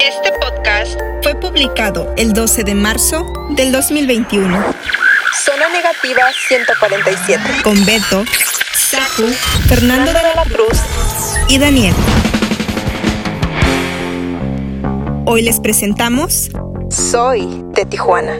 Este podcast fue publicado el 12 de marzo del 2021. Zona negativa 147. Con Beto, Saku, Fernando de la Cruz y Daniel. Hoy les presentamos Soy de Tijuana.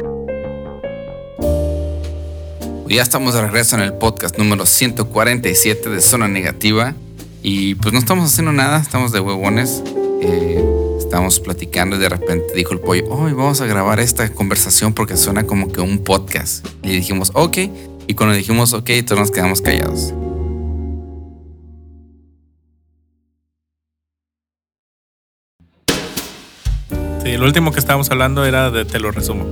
Pues Ya estamos de regreso en el podcast número 147 de Zona Negativa. Y pues no estamos haciendo nada, estamos de huevones. Eh, estamos platicando y de repente dijo el pollo, hoy vamos a grabar esta conversación porque suena como que un podcast. Y dijimos, ok. Y cuando dijimos, ok, todos nos quedamos callados. Sí, lo último que estábamos hablando era de te lo resumo.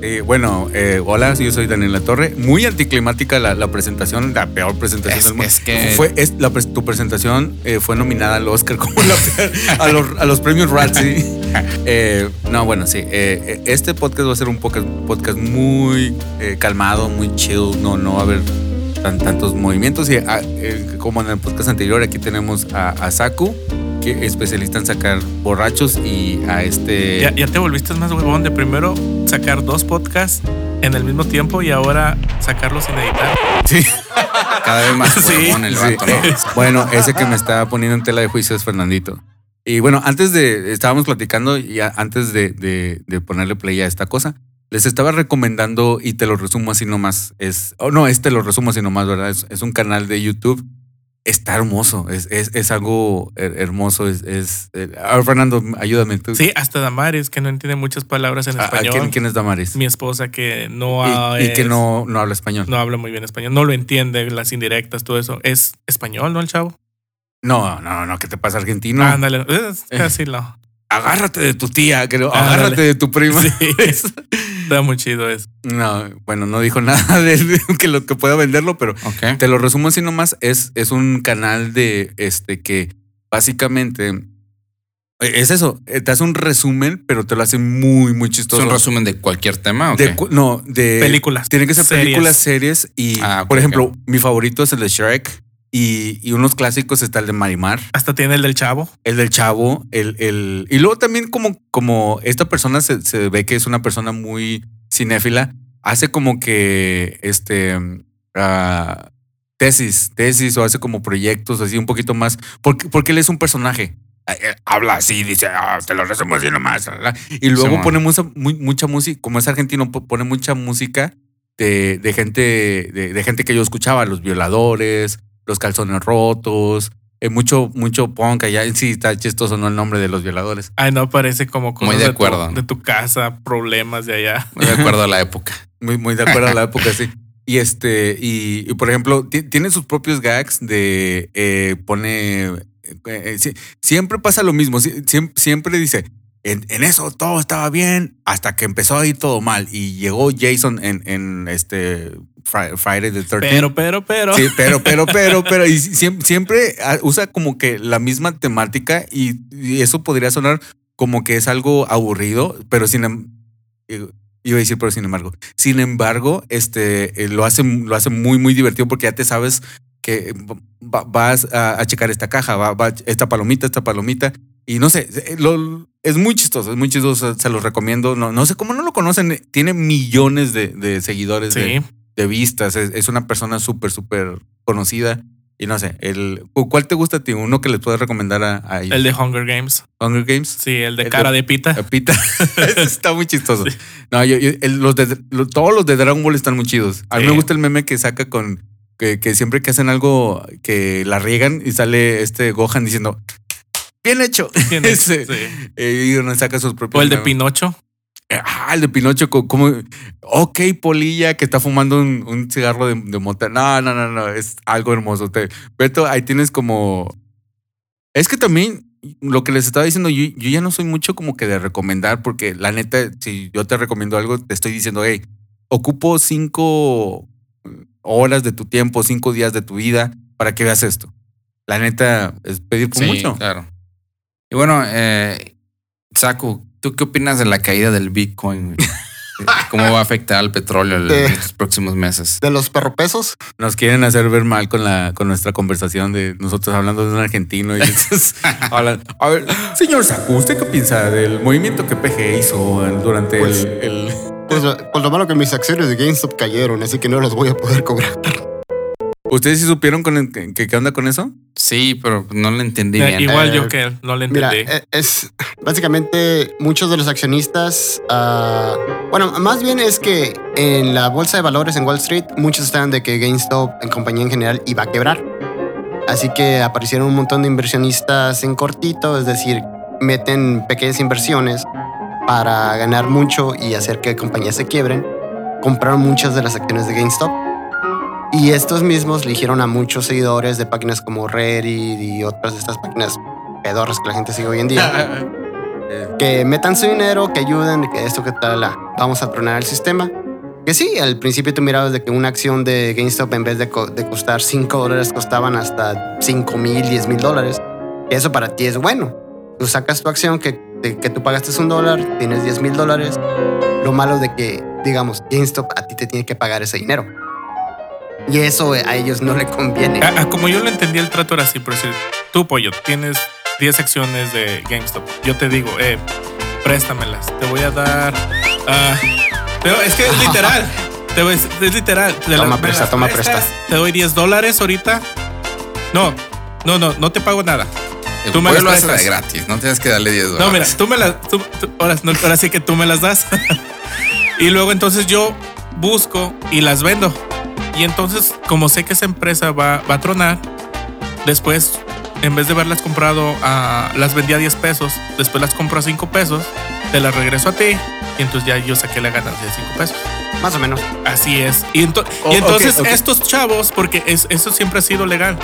Eh, bueno, eh, hola, yo soy Daniel La Torre. Muy anticlimática la, la presentación, la peor presentación Es- del mundo. es que- Fue, es la pres- tu presentación eh, fue nominada al Oscar como la peor- a, los, a los premios Razzie. Eh, no, bueno, sí. eh, eh, este podcast va a ser un podcast, podcast muy eh, calmado, muy chill. No, no va a haber tan- tantos movimientos. Y, ah, eh, como en el podcast anterior, aquí tenemos a, a Saku, que es especialista en sacar borrachos, y a este. Ya, ya te volviste más huevón de primero sacar dos podcasts en el mismo tiempo y ahora sacarlos sin editar. Cada vez más Sí, huevón el Sí, vato, ¿no? eh, bueno, ese que me está poniendo en tela de juicio es Fernandito. Y bueno, antes de, estábamos platicando y a- antes de, de- de ponerle play a esta cosa, les estaba recomendando y te lo resumo así nomás. Es, oh, no, este lo resumo así nomás, ¿verdad? Es, es un canal de YouTube. Está hermoso, es, es, es algo her- hermoso. Es, es, eh, a ver, Fernando, ayúdame tú. Sí, hasta Damaris, que no entiende muchas palabras en ¿A- a español. Ah, quién, quién es Damaris? Mi esposa que no, y, y es- que no, no habla español. no habla muy bien español, no lo entiende, las indirectas, todo eso. Es español, ¿no, el chavo? No, no, no, Eh. ¿qué te pasa, argentino? Ándale, es casi lo. Agárrate de tu tía, creo. Ah, Agárrate dale. de tu prima. Sí, está muy chido eso. No, bueno, no dijo nada de que lo que pueda venderlo, pero Ok. te lo resumo así nomás. Es, es un canal de este que básicamente eh, es eso. eh, Te hace un resumen, pero te lo hace muy, muy ¿Es chistoso. un resumen de cualquier tema o De qué? cu- no, de Películas. Tienen Eh, que ser series. películas, series y, Ah, ok, ok. por ejemplo, mi favorito es el de Shrek y, y unos clásicos está el de Marimar Hasta tiene el del chavo. el del chavo, el, el. Y luego también, como, como esta persona se, se ve que es una persona muy cinéfila, hace como que este. ah, tesis, tesis, o hace como proyectos así un poquito más. Porque, porque él es un personaje. Eh, eh, Habla así, dice, "Ah, te lo resumo así nomás. la, la". Y luego Simón. pone mucha, mu- mucha música, como es argentino, po- pone mucha música de, de gente, de, de gente que yo escuchaba, los violadores, los calzones rotos, eh, mucho, mucho punk allá. Sí, está chistoso, ¿no? El nombre de los violadores. Ay, no, parece como cosas Muy de tu- acuerdo. de tu casa, problemas de allá. Muy de acuerdo a la época. Muy, muy de acuerdo a la época, sí. Y este, y, y por ejemplo, ti- tiene sus propios gags de eh, pone. eh, eh, sí, siempre pasa lo mismo. sí, siem- Siempre, dice. En, en eso todo estaba bien hasta que empezó a ir todo mal. Y llegó Jason en, en este Fri- Friday the 13th. Pero, pero, pero. Sí, pero, pero, pero, pero. Y siempre, siempre ah, usa como que la misma temática y, y eso podría sonar como que es algo aburrido, pero sin. em- eh, Iba a decir, pero sin embargo. Sin embargo, este eh, lo hace, lo hace muy, muy divertido porque ya te sabes que eh, va- vas a, a checar esta caja, va, va esta palomita, esta palomita. Y no sé, eh, lo- es muy chistoso, es muy chistoso, se, se los recomiendo. No, no sé cómo no lo conocen, eh, tiene millones de, de seguidores. de- Sí. de vistas. Es, es una persona súper, súper conocida. Y no sé, el, ¿cu- ¿cuál te gusta a ti? Uno que le puedes recomendar a, a El de Hunger Games. Hunger Games. Sí, el de El cara de- de pita. A Pita. Ese está muy chistoso. No, yo, yo- el- los de, lo- todos los de Dragon Ball están muy chidos. A mí Sí. me gusta el meme que saca con que, que siempre que hacen algo que la riegan y sale este Gohan diciendo bien hecho. Tiene- Ese. sí. Eh, Y uno saca sus propios. O el de memes. Pinocho. Ah, el de Pinocho, co- como, ok, Polilla, que está fumando un, un cigarro de, de mota. No, no, no, no, es algo hermoso. Te, Beto, ahí tienes como... Es que también lo que les estaba diciendo, yo, yo ya no soy mucho como que de recomendar, porque la neta, si yo te recomiendo algo, te estoy diciendo, hey, ocupo cinco horas de tu tiempo, cinco días de tu vida para que veas esto. La neta, es pedir por Sí, mucho. claro. Y bueno, eh, Saku, ¿tú qué opinas de la caída del Bitcoin? güey? cómo va a afectar al petróleo en Eh. los próximos meses. De los perropesos. Nos quieren hacer ver mal con la con nuestra conversación de nosotros hablando de un argentino y entonces hablan, A ver, señor Saku, ¿usted qué piensa del movimiento que PG hizo el- durante Pues- el, el- Pues, pues lo malo que mis acciones de GameStop cayeron, así que no las voy a poder cobrar. ¿Ustedes sí supieron con el- que, que- qué onda con eso? Sí, pero no lo entendí Eh, bien. igual Eh, yo que él, no le Mira, entendí. eh, es básicamente muchos de los accionistas, ah, bueno, más bien es que en la bolsa de valores en Wall Street muchos estaban de que GameStop en compañía en general iba a quebrar. Así que aparecieron un montón de inversionistas en cortito, es decir, meten pequeñas inversiones para ganar mucho y hacer que compañías se quiebren. Compraron muchas de las acciones de GameStop. Y estos mismos eligieron a muchos seguidores de páginas como Reddit y otras de estas páginas pedorras que la gente sigue hoy en día. que metan su dinero, que ayuden, que esto, que tal, la- vamos a tronar el sistema. Que sí, al principio tú mirabas de que una acción de GameStop en vez de, co- de costar 5 dólares costaban hasta 5 mil, 10 mil dólares. Que eso para ti es bueno. Tú sacas tu acción que, de- que tú pagaste un dólar, tienes 10 mil dólares. Lo malo de que, digamos, GameStop a ti te tiene que pagar ese dinero. Y eso a ellos no le conviene. Ah, ah, como yo lo entendí, el trato era así, por decir, tú, pollo, tienes 10 acciones de GameStop. Yo te digo, eh, préstamelas, te voy a dar... ah, pero es que es literal. Te voy- es, es literal. Te Toma las- me presta, las toma prestas, presta. Te doy 10 dólares ahorita. No, no, no, no te pago nada. El Tú me pueblo las hace de prestas. gratis, no tienes que darle 10 dólares. No, mira, tú me las... tú- tú- ahora, no, ahora sí que tú me las das. y luego entonces yo busco y las vendo. Y entonces, como sé que esa empresa va, va a tronar, después, en vez de haberlas comprado, a, las vendí a 10 pesos, después las compro a 5 pesos, te las regreso a ti. Y entonces ya yo saqué la ganancia de 5 pesos. Más o menos. Así es. Y, ento- Oh, y entonces ok, ok. estos chavos, porque es- eso siempre ha sido legal,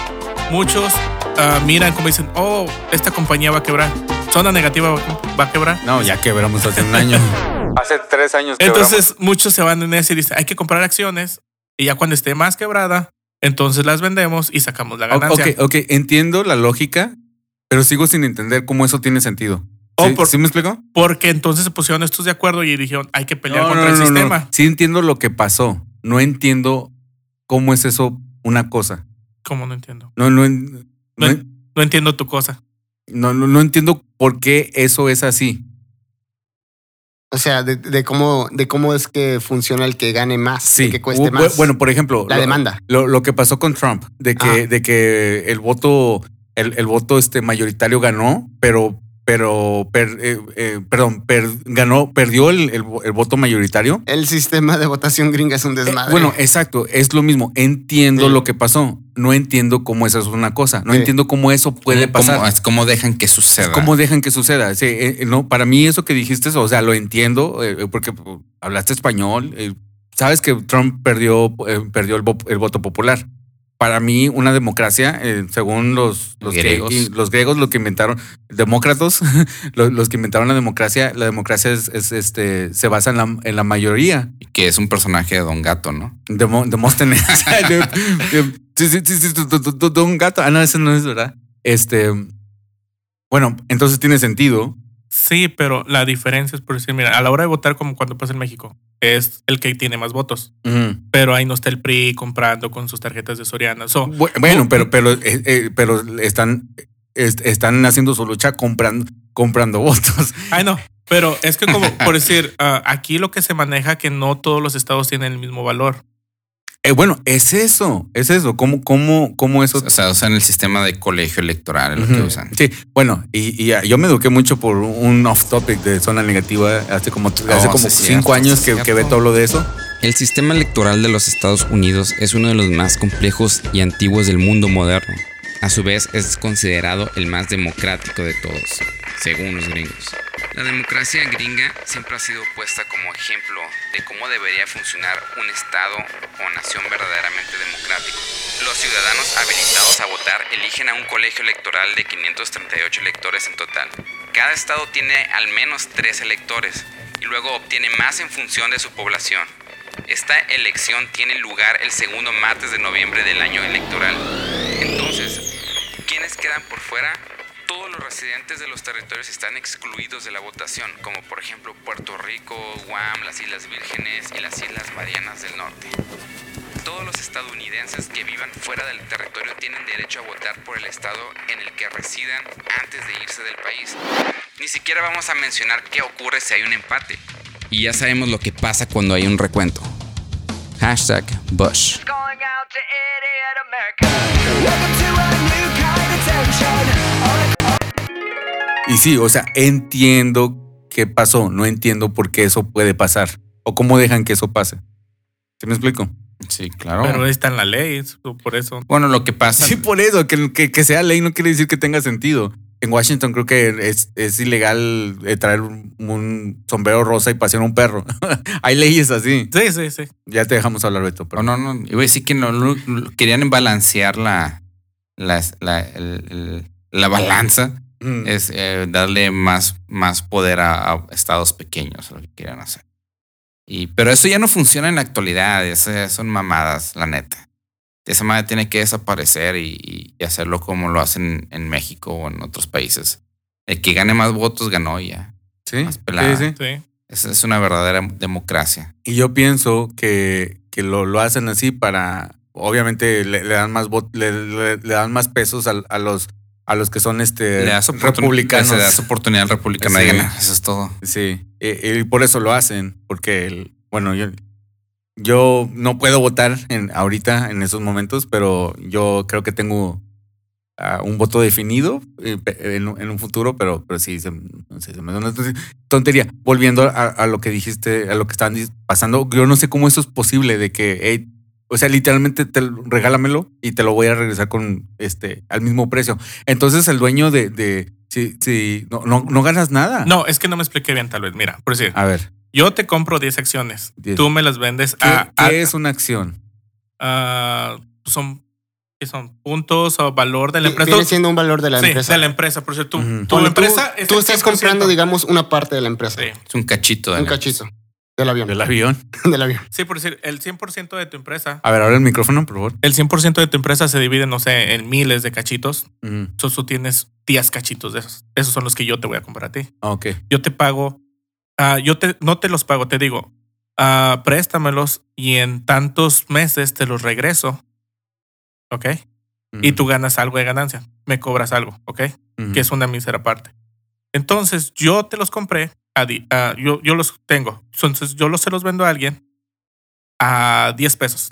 muchos ah, miran como dicen, oh, esta compañía va a quebrar. Zona negativa va- va a quebrar. No, ya quebramos hace un año. hace tres años Entonces muchos se van en ese y dicen, hay que comprar acciones y ya cuando esté más quebrada, entonces las vendemos y sacamos la O- ganancia. Ok, ok, entiendo la lógica, pero sigo sin entender cómo eso tiene sentido. Oh, ¿Sí, por- ¿sí me explico? Porque entonces se pusieron estos de acuerdo y dijeron, hay que pelear contra el sistema. Sí entiendo lo que pasó. No entiendo cómo es eso una cosa. ¿Cómo no entiendo? No, no, en- no, No- en- No entiendo tu cosa. no, no- no entiendo por qué eso es así. O sea, de, de cómo, de cómo es que funciona el que gane más, Sí. el que cueste Bu- más. Bueno, por ejemplo, la lo- demanda. Lo, lo que pasó con Trump, de que, Ajá. de que el voto, el, el voto este mayoritario ganó, pero, pero, per- eh, eh, perdón, per- ganó, perdió el, el vo- el voto mayoritario. El sistema de votación gringa es un Eh, desmadre. bueno, exacto, es lo mismo. Entiendo Sí. lo que pasó. No entiendo cómo eso es una cosa. No Sí. entiendo cómo eso puede ¿Cómo- pasar. es como dejan que suceda. ¿Cómo dejan que suceda? Sí, eh, eh, no, para mí eso que dijiste, o sea, lo entiendo eh, porque pues, hablaste español. eh, sabes que Trump perdió, eh, perdió el, vo- el voto popular. Para mí, una democracia, eh, según los, los que- Griegos. y los griegos, lo que inventaron, demócratas, lo- los, que inventaron la democracia, la democracia es, es, este, se basa en la, en la mayoría. Que es un personaje de Don Gato, ¿no? Demo- Demóstenes. De- de- sí, sí, sí, sí, tu- tu- tu- tu- tu- un gato. Ah, no, eso no es verdad. Este, bueno, entonces tiene sentido. Sí, pero la diferencia es por decir, mira, a la hora de votar como cuando pasa en México, es el que tiene más votos. Ujú. Pero ahí no está el PRI comprando con sus tarjetas de Soriana. So, Bu- Bueno, pero, pero, eh, eh, pero están, est- están haciendo su lucha comprando, comprando votos. Ay, no. Pero es que como, por decir, ah, aquí lo que se maneja que no todos los estados tienen el mismo valor. Eh, bueno, es eso, es eso. ¿Cómo, cómo, cómo eso? O sea, usan el sistema de colegio electoral, es lo que Ujú. usan. Sí, bueno, y, y, ah, yo me eduqué mucho por un off topic de zona negativa hace como, hace como Oh, sí es cinco cierto, sí años es que, que cierto. Beto habló de eso. El sistema electoral de los Estados Unidos es uno de los más complejos y antiguos del mundo moderno. A su vez es considerado el más democrático de todos, según los gringos. La democracia gringa siempre ha sido puesta como ejemplo de cómo debería funcionar un Estado o nación verdaderamente democrático. Los ciudadanos habilitados a votar eligen a un colegio electoral de 538 electores en total. Cada Estado tiene al menos tres electores y luego obtiene más en función de su población. Esta elección tiene lugar el segundo martes de noviembre del año electoral. Entonces, ¿quiénes quedan por fuera? todos los residentes de los territorios están excluidos de la votación, como por ejemplo Puerto Rico, Guam, las Islas Vírgenes y las Islas Marianas del Norte. Todos los estadounidenses que vivan fuera del territorio tienen derecho a votar por el estado en el que residan antes de irse del país. Ni siquiera vamos a mencionar qué ocurre si hay un empate. Y ya sabemos lo que pasa cuando hay un recuento. Hashtag Bush. Y sí, o sea, entiendo qué pasó, no entiendo por qué eso puede pasar o cómo dejan que eso pase. ¿Sí me explico? Sí, Oh. claro. Pero ahí está en la ley, es por eso. bueno, lo que pasa. Sí, por eso, que, que, que sea ley no quiere decir que tenga sentido. En Washington creo que es, es ilegal eh, traer un, un sombrero rosa y pasear a un perro. Hay leyes así. Sí, sí, sí. Ya te dejamos hablar, Beto. No, pero- Oh, no, no. Iba a decir que no lo- lo- querían balancear la, las- la, el- el- la balanza. Mm. Es eh, darle más, más poder a, a estados pequeños, lo que quieran hacer. Y, pero eso ya no funciona en la actualidad. esas son mamadas, la neta. Esa madre tiene que desaparecer y, y- y hacerlo como lo hacen en México o en otros países. El que gane más votos ganó y ya. Sí, más pelada. sí, sí. sí. Esa es una verdadera democracia. Y yo pienso que, que lo, lo hacen así para, obviamente le, le dan más vot- le, le- le dan más pesos al- a, los a los que son este Le das oportun- republicanos. le das oportunidad al republicano de Sí. ganar. Eso es todo. Sí, y, y por eso lo hacen, porque el- bueno, yo, yo no puedo votar en, ahorita en esos momentos, pero yo creo que tengo ah, un voto definido eh, pe- en, un- en un futuro, pero, pero sí, se, no sé, se me hace una tonte- tontería. Volviendo a, a lo que dijiste, a lo que estaban dis- pasando, yo no sé cómo eso es posible de que, hey, o sea, literalmente te lo- regálamelo y te lo voy a regresar con este al mismo precio. Entonces el dueño de, de si, si no, no, no ganas Ah. nada. No, es que no me expliqué bien, tal vez. Mira, por decir, A ver. yo te compro 10 acciones. Diez. Tú me las vendes ¿Qué, a. qué a- es una acción? a- son, ¿qué son puntos o valor de la Vi- empresa. Viene Tú- siendo un valor de la sí, empresa. de la empresa. Por cierto, tu, Ujú. tu Bueno, tú- empresa. Tú, es el estás 100%. comprando, digamos, una parte de la empresa. Sí. Es un cachito de Un la- cachizo. Del avión. avión. del avión. Sí, por decir, el 100% de tu empresa. A ver, ahora el micrófono, por favor. El 100% de tu empresa se divide, no sé, en miles de cachitos. Mm, Entonces tú tienes 10 cachitos de esos. Esos son los que yo te voy a comprar a ti. Ah, ok. Yo te pago. ah, yo te, no te los pago, te digo, ah, préstamelos y en tantos meses te los regreso. ¿Ok? Mm, Y tú ganas algo de ganancia. Me cobras algo, ¿ok? mm, que es una mísera parte. Entonces yo te los compré, a di- a- yo, yo los tengo. Entonces yo los se los vendo a alguien a 10 pesos.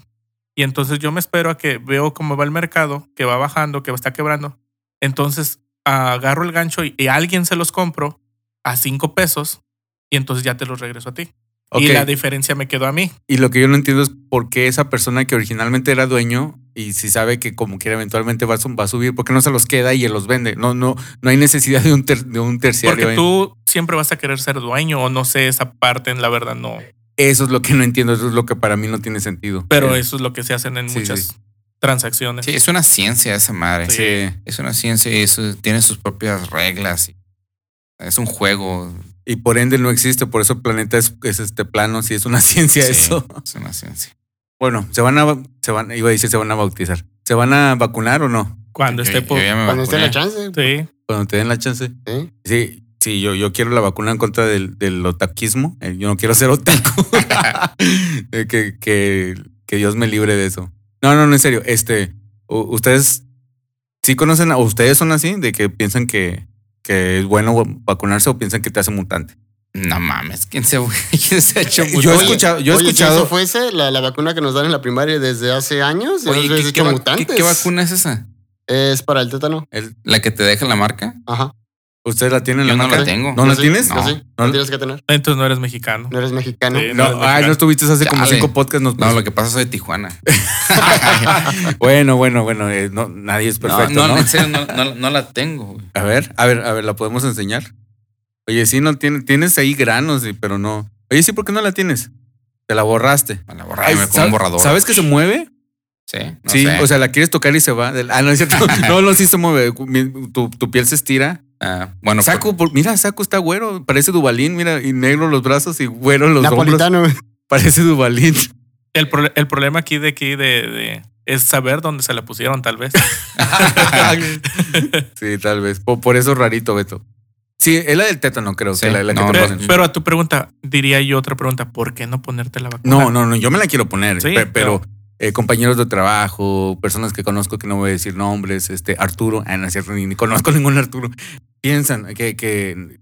Y entonces yo me espero a que veo cómo va el mercado, que va bajando, que está quebrando. Entonces agarro el gancho y, y a alguien se los compro a 5 pesos y entonces ya te los regreso a ti. ok. Y la diferencia me quedó a mí. Y lo que yo no entiendo es por qué esa persona que originalmente era dueño y si sabe que como quiera eventualmente va a, su- va a subir, ¿por qué no se los queda y él los vende? No, no, no hay necesidad de un, ter- de un terciario. Porque ahí. tú siempre vas a querer ser dueño o no sé esa parte, en la verdad no. Eso es lo que no entiendo, eso es lo que para mí no tiene sentido. Pero Eh, eso es lo que se hacen en Sí, muchas sí. transacciones. Sí, es una ciencia esa madre. Sí. sí. Es una ciencia y eso tiene sus propias reglas. Es un juego. Y por ende no existe, por eso el planeta es, es este plano, si es una ciencia Sí, eso. Es una ciencia. Bueno, se van a, ba- se van, iba a decir se van a bautizar. ¿Se van a vacunar o no? Cuando Yo- esté yo por... Ah, ya me Cuando esté vacuné. la chance. ¿eh? Sí. Cuando te den la chance. ¿sí? Sí, sí, yo, yo quiero la vacuna en contra del, del otaquismo. Eh, Yo no quiero ser otaku. Eh, que, que, que Dios me libre de eso. No, no, no, en serio. Este, u- ustedes sí conocen, o ustedes son así, de que piensan que, que es bueno vacunarse o piensan que te hace mutante. No mames, ¿quién se, quién se ha hecho Eh, muy yo he Oye, escuchado- yo he oye, si escuchado- eso fuese la, la vacuna que nos dan en la primaria desde hace años, ya Oye, nos hubiese hecho va- mutantes. qué vacuna es esa? Es para el tétano. El- ¿La que te deja la marca? Ajá. ¿Ustedes la tienen? Yo no marca? la tengo. ¿No Yo la sí, tienes? yo No. sí. No. No tienes que tener. Entonces no eres mexicano. No eres mexicano. Sí, No, no, ay, no estuviste hace como Chale. cinco podcasts. pues. nos- No, lo que pasa es que soy de Tijuana. Bueno, bueno, bueno. eh, no, nadie es perfecto. no, no, ¿no? en serio, no, no- no la tengo. güey. A ver, a ver, a ver, ¿la podemos enseñar? Oye, sí, no tiene, tienes ahí granos, sí, pero no. Oye, sí, ¿por qué no la tienes? Te la borraste. Me la borraron Ay, con un ¿sab- borrador. ¿Sabes que se mueve? Sí, no sí, sé. o sea, la quieres tocar y se va. del- Ah, no es cierto. no, no, sí se mueve. Mi- Tu, tu piel se estira. Ah, bueno, Saco, por- mira, Saco está güero. Parece Dubalín, mira, y negro los brazos y güero los hombros. Napolitano. Parece Dubalín. El, pro- el problema aquí de aquí de, de es saber dónde se la pusieron, tal vez. sí, tal vez. Por, por eso rarito, Beto. Sí, es la del tétano, creo. Sí, que la, la que no, te Pe- no, ponen. pero, a tu pregunta, diría yo otra pregunta: ¿por qué no ponerte la vacuna? No, no, no, yo me la quiero poner, Sí, pe- pero eh, compañeros de trabajo, personas que conozco que no voy a decir nombres, este Arturo, ah, no es cierto, ni, ni conozco ningún Arturo, piensan que, que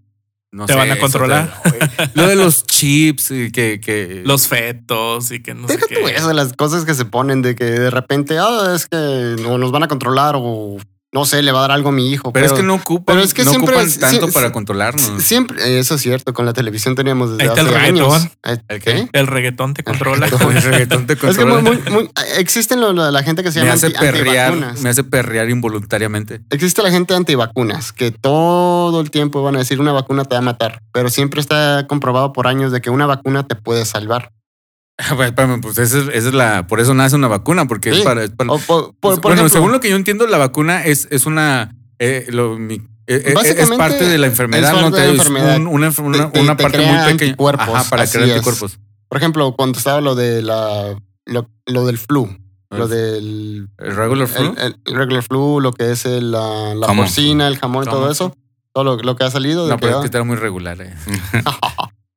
no Te sé, van a eso, controlar. te- lo de los chips, eh, que, que Los fetos y que no sé Deja qué. tú eso, las cosas que se ponen de que de repente, ah, es que o nos van a controlar o no sé, le va a dar algo a mi hijo. pero, es que no ocupan, pero es que no siempre ocupan es- tanto sí, para sí, controlarnos. Siempre, eh, eso es cierto, con la televisión teníamos desde Ahí está hace el años. reggaetón. Eh, ¿El qué? ¿qué? El reggaetón te controla. El reggaetón te Es que controla. muy- muy- muy- existen lo- lo- la gente que se me llama hace anti- perrear, antivacunas. me hace perrear involuntariamente. Existe la gente antivacunas que todo el tiempo van a decir una vacuna te va a matar, pero siempre está comprobado por años de que una vacuna te puede salvar. Bueno, espérame, pues esa es, esa es la, por eso nace una vacuna, porque es Sí. para- es para O por, por- por Pues, bueno, ejemplo, según lo que yo entiendo, la vacuna es, es una. eh, lo- mi- eh, eh, es Básicamente, parte de la enfermedad, es ¿no? parte de la Es enfermedad. un- una una- Te- una te parte crea muy pequeña. anticuerpos, Ajá, para así crear es. anticuerpos. por ejemplo, cuando estaba lo de la lo, lo del flu, Pues. lo del ¿El regular flu? el- el- el regular flu, lo que es el, la, la Jamón. porcina, el jamón, Jamón. todo eso, todo lo, lo que ha salido. de no, que, pero ah, es que está muy regular. eh.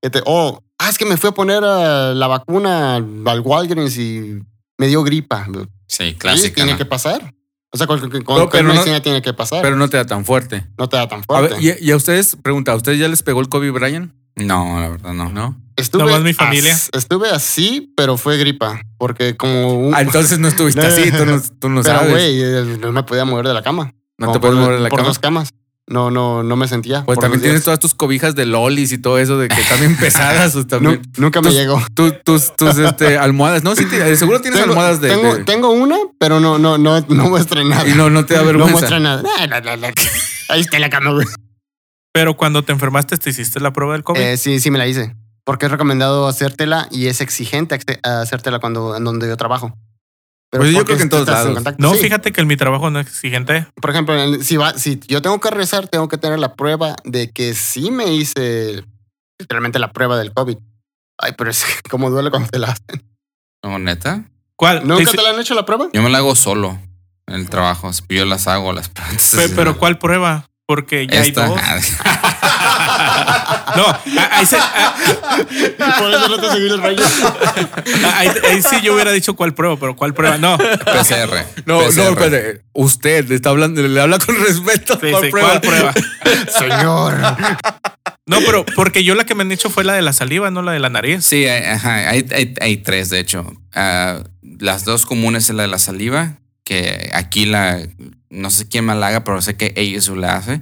que te- oh, ah, es que me fui a poner ah, la vacuna al Walgreens y me dio gripa. Sí, Sí, clásica. tiene ¿no? que pasar. O sea, con, con, con- No, con pero no- medicina tiene que pasar. Pero no te da tan fuerte. no te da tan A fuerte. ver, y, y a ustedes, pregunta, ¿a ustedes ya les pegó el COVID, Brian? No, la verdad no. No. estuve Nomás mi familia. as- estuve así, pero fue gripa. Porque como un... Ah, entonces no estuviste No. así, tú no, tú no Uh. pero sabes. güey, eh, no me podía mover de la cama. no Como te puedes por- mover de la Por cama. dos camas. No, no, no me sentía. Pues por también dos días. tienes todas tus cobijas de lolis y todo eso, de que también pesadas. o Nu- también. nunca me Tus- llegó. Tú- tus tus este, almohadas. No, sí, te- seguro tienes Tengo, almohadas de. tengo, de- tengo una, pero no, no, no, no muestra nada. Y no, no te da no vergüenza. muestra nada. Ah, la, la, la. Ahí está la cama, güey. Pero cuando te enfermaste, te hiciste la prueba del COVID. Eh, sí, sí me la hice. Porque es recomendado hacértela y es exigente acce- hacértela cuando en donde yo trabajo. Pues yo porque creo que en tú todos estás lados. contacto. no, Sí. fíjate que en mi trabajo no es exigente. Por ejemplo, en el- si, va, si yo tengo que regresar, tengo que tener la prueba de que sí me hice literalmente la prueba del COVID. Ay, pero es que como duele cuando te la hacen. No, neta. ¿Cuál? Te ¿Nunca hici- te la han hecho la prueba? Yo me la hago solo en el trabajo. así que Yo las hago las preguntas. Pe- pero ¿cuál prueba? Porque ya Esta. hay dos. No, a- ahí, se- a- Por eso no te seguí el rayo. a- ahí- ahí sí yo hubiera dicho cuál prueba, pero ¿cuál prueba? No. PCR. No, PCR. no, espérate. Usted está hablando, le habla con respeto. Sí, por sí, prueba. ¿Cuál prueba? Señor. No, pero porque yo la que me han hecho fue la de la saliva, no la de la nariz. Sí, hay, ajá, hay- hay- hay tres, de hecho. Ah, las dos comunes es la de la saliva, que aquí la. No sé quién más la haga, pero sé que ASU la hace.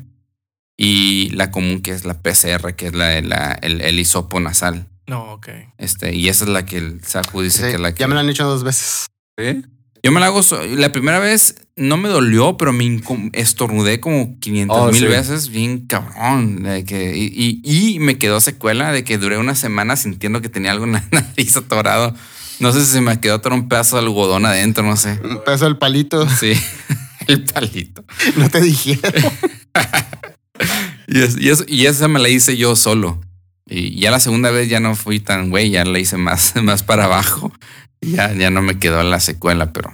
Y la común que es la PCR, que es la, de la- el, el hisopo nasal. No, ok. Este, y esa es la que el Saku dice Sí, que es la que. Ya me la han hecho dos veces. ¿Sí? Yo me la hago. so- La primera vez no me dolió, pero me incom- estornudé como 500 Oh, mil sí. veces, bien cabrón. de que, y, y- y me quedó secuela de que duré una semana sintiendo que tenía algo en la nariz atorado. No sé si se me quedó atorado un pedazo de algodón adentro, no sé. Un peso el palito. Sí, el palito. No te dije. Y, es- y, eso- y esa me la hice yo solo. Y ya la segunda vez ya no fui tan güey, ya la hice más, más para abajo. Y ya, ya no me quedó la secuela, pero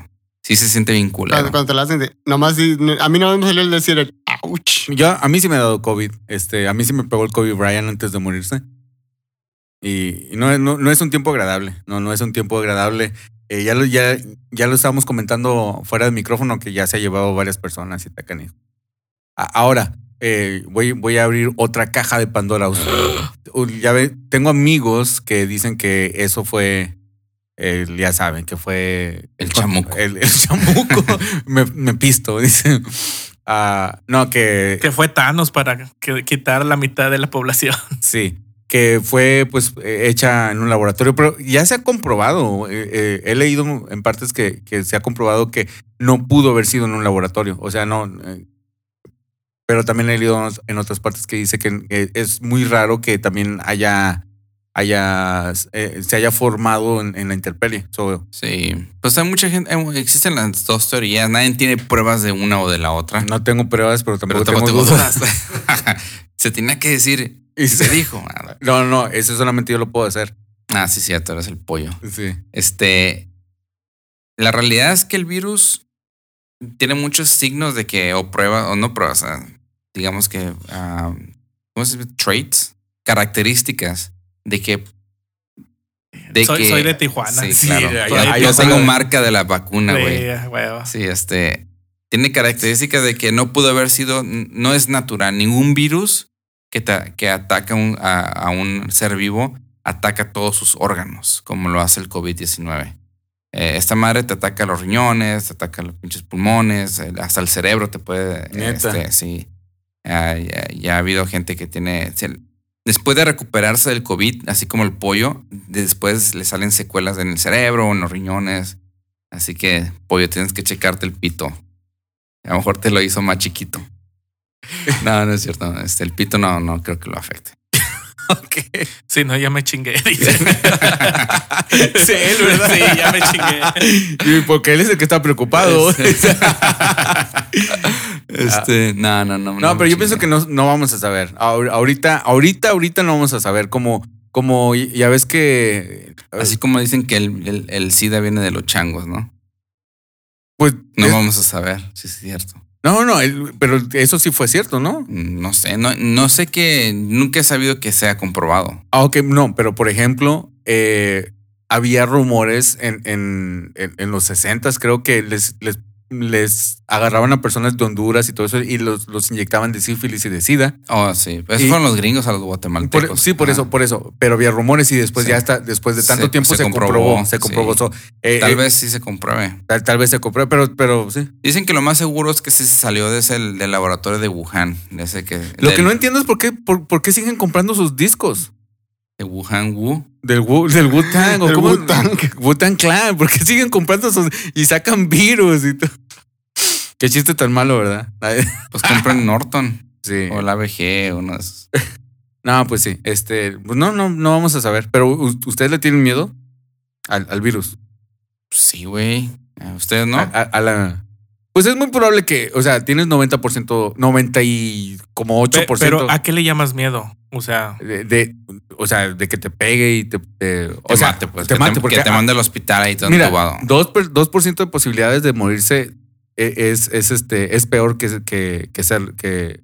sí se siente bien Cuando, culero. cuando te la hacen, de- nomás di- a mí no me salió el decir el ouch. Yo, a mí sí me ha dado COVID. Este, a mí sí me pegó el COVID Brian antes de morirse. Y, y no, no, no es un tiempo agradable. No, no es un tiempo agradable. Eh, ya, lo, ya, ya lo estábamos comentando fuera del micrófono que ya se ha llevado varias personas y está canijo. A- Ahora, eh, voy, voy a abrir otra caja de Pandora. Uh, ya ve- tengo amigos que dicen que eso fue, eh, ya saben, que fue... El chamuco. El, el chamuco. me, me pisto, dice. Ah, no, que... Que fue Thanos para que- quitar la mitad de la población. Sí, que fue pues eh, hecha en un laboratorio, pero ya se ha comprobado, eh, eh, he leído en partes que, que se ha comprobado que no pudo haber sido en un laboratorio, o sea, no... eh, pero también he leído en otras partes que dice que eh, es muy raro que también haya, haya eh, se haya formado en, en la intemperie. So, Sí, pues hay mucha gente, hay- existen las dos teorías, nadie tiene pruebas de una o de la otra. no tengo pruebas, pero Ah. pero tampoco tampoco tengo tengo dudas. dudas. se tenía que decir Y y se se- dijo. Ah, No, no, eso solamente yo lo puedo hacer. Ah, sí, cierto, eres el pollo. Sí. Este, la realidad es que el virus tiene muchos signos de que o pruebas o no pruebas. ah, digamos que, ah, ¿cómo se dice? Traits, características de que... de soy, que- soy de Tijuana. Sí, Sí, claro. ya- Yo- ya- ahí yo ya tengo sabe. marca de la vacuna, Sí, güey. ya, huevo. Sí, este. Tiene características de que no pudo haber sido, n- no es natural. Ningún virus que, ta- que ataca un- a, a un ser vivo ataca todos sus órganos, como lo hace el COVID-19. Eh, esta madre te ataca los riñones, te ataca los pinches pulmones, el- hasta el cerebro te puede. Neta. este, sí. Ah, ya, ya ha habido gente que tiene. se- Después de recuperarse del COVID, así como el pollo, después le salen secuelas en el cerebro, en los riñones. Así que, pollo, tienes que checarte el pito. A lo mejor te lo hizo más chiquito. No, no es cierto. Este, el pito no, no creo que lo afecte. Sí, no, ya me chingué. dice. Sí, él, ¿verdad? Sí, ya me chingué. Y porque él es el que está preocupado. Este, no, no, no. Ah. No, pero yo pienso que no, no vamos a saber. Ahor- Ahorita, ahorita, ahorita no vamos a saber. Como, como y- ya ves que. Así como dicen que el, el, el SIDA viene de los changos, ¿no? Pues No es- vamos a saber si es cierto. no, no, el- pero eso sí fue cierto, ¿no? No sé, no, no sé que nunca he sabido que sea comprobado. Ah, ok, no, pero por ejemplo, eh, había rumores en, en, en- en los 60 creo que les, les, les agarraban a personas de Honduras y todo eso y los, los inyectaban de sífilis y de sida. Oh, sí. Pero Esos Y- fueron los gringos a los Por- e-, guatemaltecos. sí, por Ajá. eso, por eso. Pero había rumores y después Sí. ya está, después de tanto Se- tiempo se se, comprobó, comprobó, Se comprobó. sí. So, eh, Tal eh, vez sí se compruebe. tal, tal vez se comprobó, pero, pero sí. Dicen que lo más seguro es que sí se salió de ese, del laboratorio de Wuhan. De ese que, Lo que del- no entiendo es por qué, por, por qué siguen comprando sus discos. De Wuhan Wu. Del, Wu- del Wu-Tang o Del cómo- Wu-Tang. Wu-Tang Clan, porque siguen comprando sus y sacan virus y todo. Qué chiste tan malo, ¿verdad? Pues compran Norton Sí. o la ABG, uno de esos. Eh. No, pues sí. Este, pues no, no, no vamos a saber. Pero u- ustedes le tienen miedo al, al virus. Sí, güey. ¿A Ustedes no. A, a- a la. Pues es muy probable que, o sea, tienes 90%, 90 y como Pe- 8% Pero, ¿a qué le llamas miedo? O sea, de, de- o sea, de que te pegue y te, te- o te sea, mate, pues. te que, mate, te, porque que te a- mande al hospital ahí todo Mira, entubado. 2%, per- 2 de posibilidades de morirse e- es, es, este, es peor que, que, que ser que,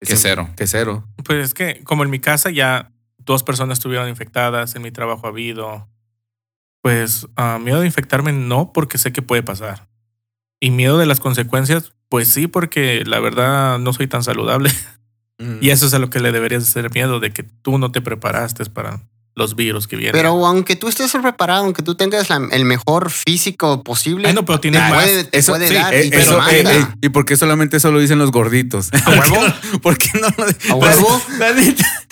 Que cero. Que cero. pues es que, como en mi casa ya dos personas estuvieron infectadas, en mi trabajo ha habido. Pues ah, miedo de infectarme no, porque sé que puede pasar. Y miedo de las consecuencias, pues sí, porque la verdad no soy tan saludable. Y eso es a lo que le deberías hacer miedo, de que tú no te preparaste para los virus que vienen. Pero aunque tú estés preparado, aunque tú tengas la- el mejor físico posible, Ay, no, pero tienes Ah, te más. puede, te puede sí, dar eh, y te eso, manda. eh, eh, ¿Y por qué solamente eso lo dicen los gorditos? ¿A huevo? ¿Por qué no lo de- ¿A huevo? La neta.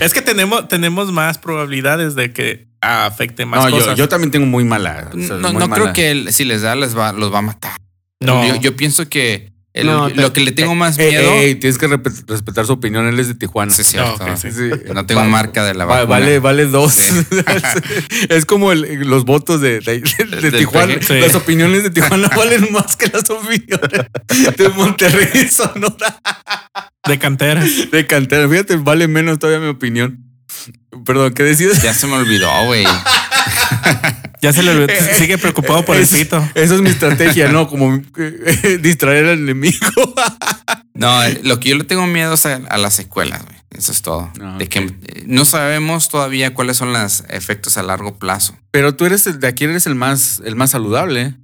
Es que tenemos, tenemos más probabilidades de que afecte más No, yo, cosas. yo también tengo muy mala. o sea, No, muy no creo mala. que él, si les da, les va, los va a matar. no, Yo, yo pienso que el- No, te- lo que le tengo más Ey, miedo. Eh, ey, tienes que respe- respetar su opinión, él es de Tijuana. Sí, es cierto. No, ok, sí. Sí. No tengo Va- marca de la Va- vacuna. vale, vale dos. es como el- los votos de, de- de Del Tijuana. PG. Sí. Las opiniones de Tijuana valen más que las opiniones de Monterrey, Sonora, de cantera. de Cantera. Fíjate, vale menos todavía mi opinión. Perdón, ¿qué decides? Ya se me olvidó, güey. Ya se le olvidó. sigue preocupado por el pito. Esa es mi estrategia, ¿no? Como eh, distraer al enemigo. No, eh, lo que yo le tengo miedo es a, a las secuelas, güey. Eso es todo. Ah, de que eh, no sabemos todavía cuáles son los efectos a largo plazo. Pero tú eres el de aquí, eres el más, el más saludable.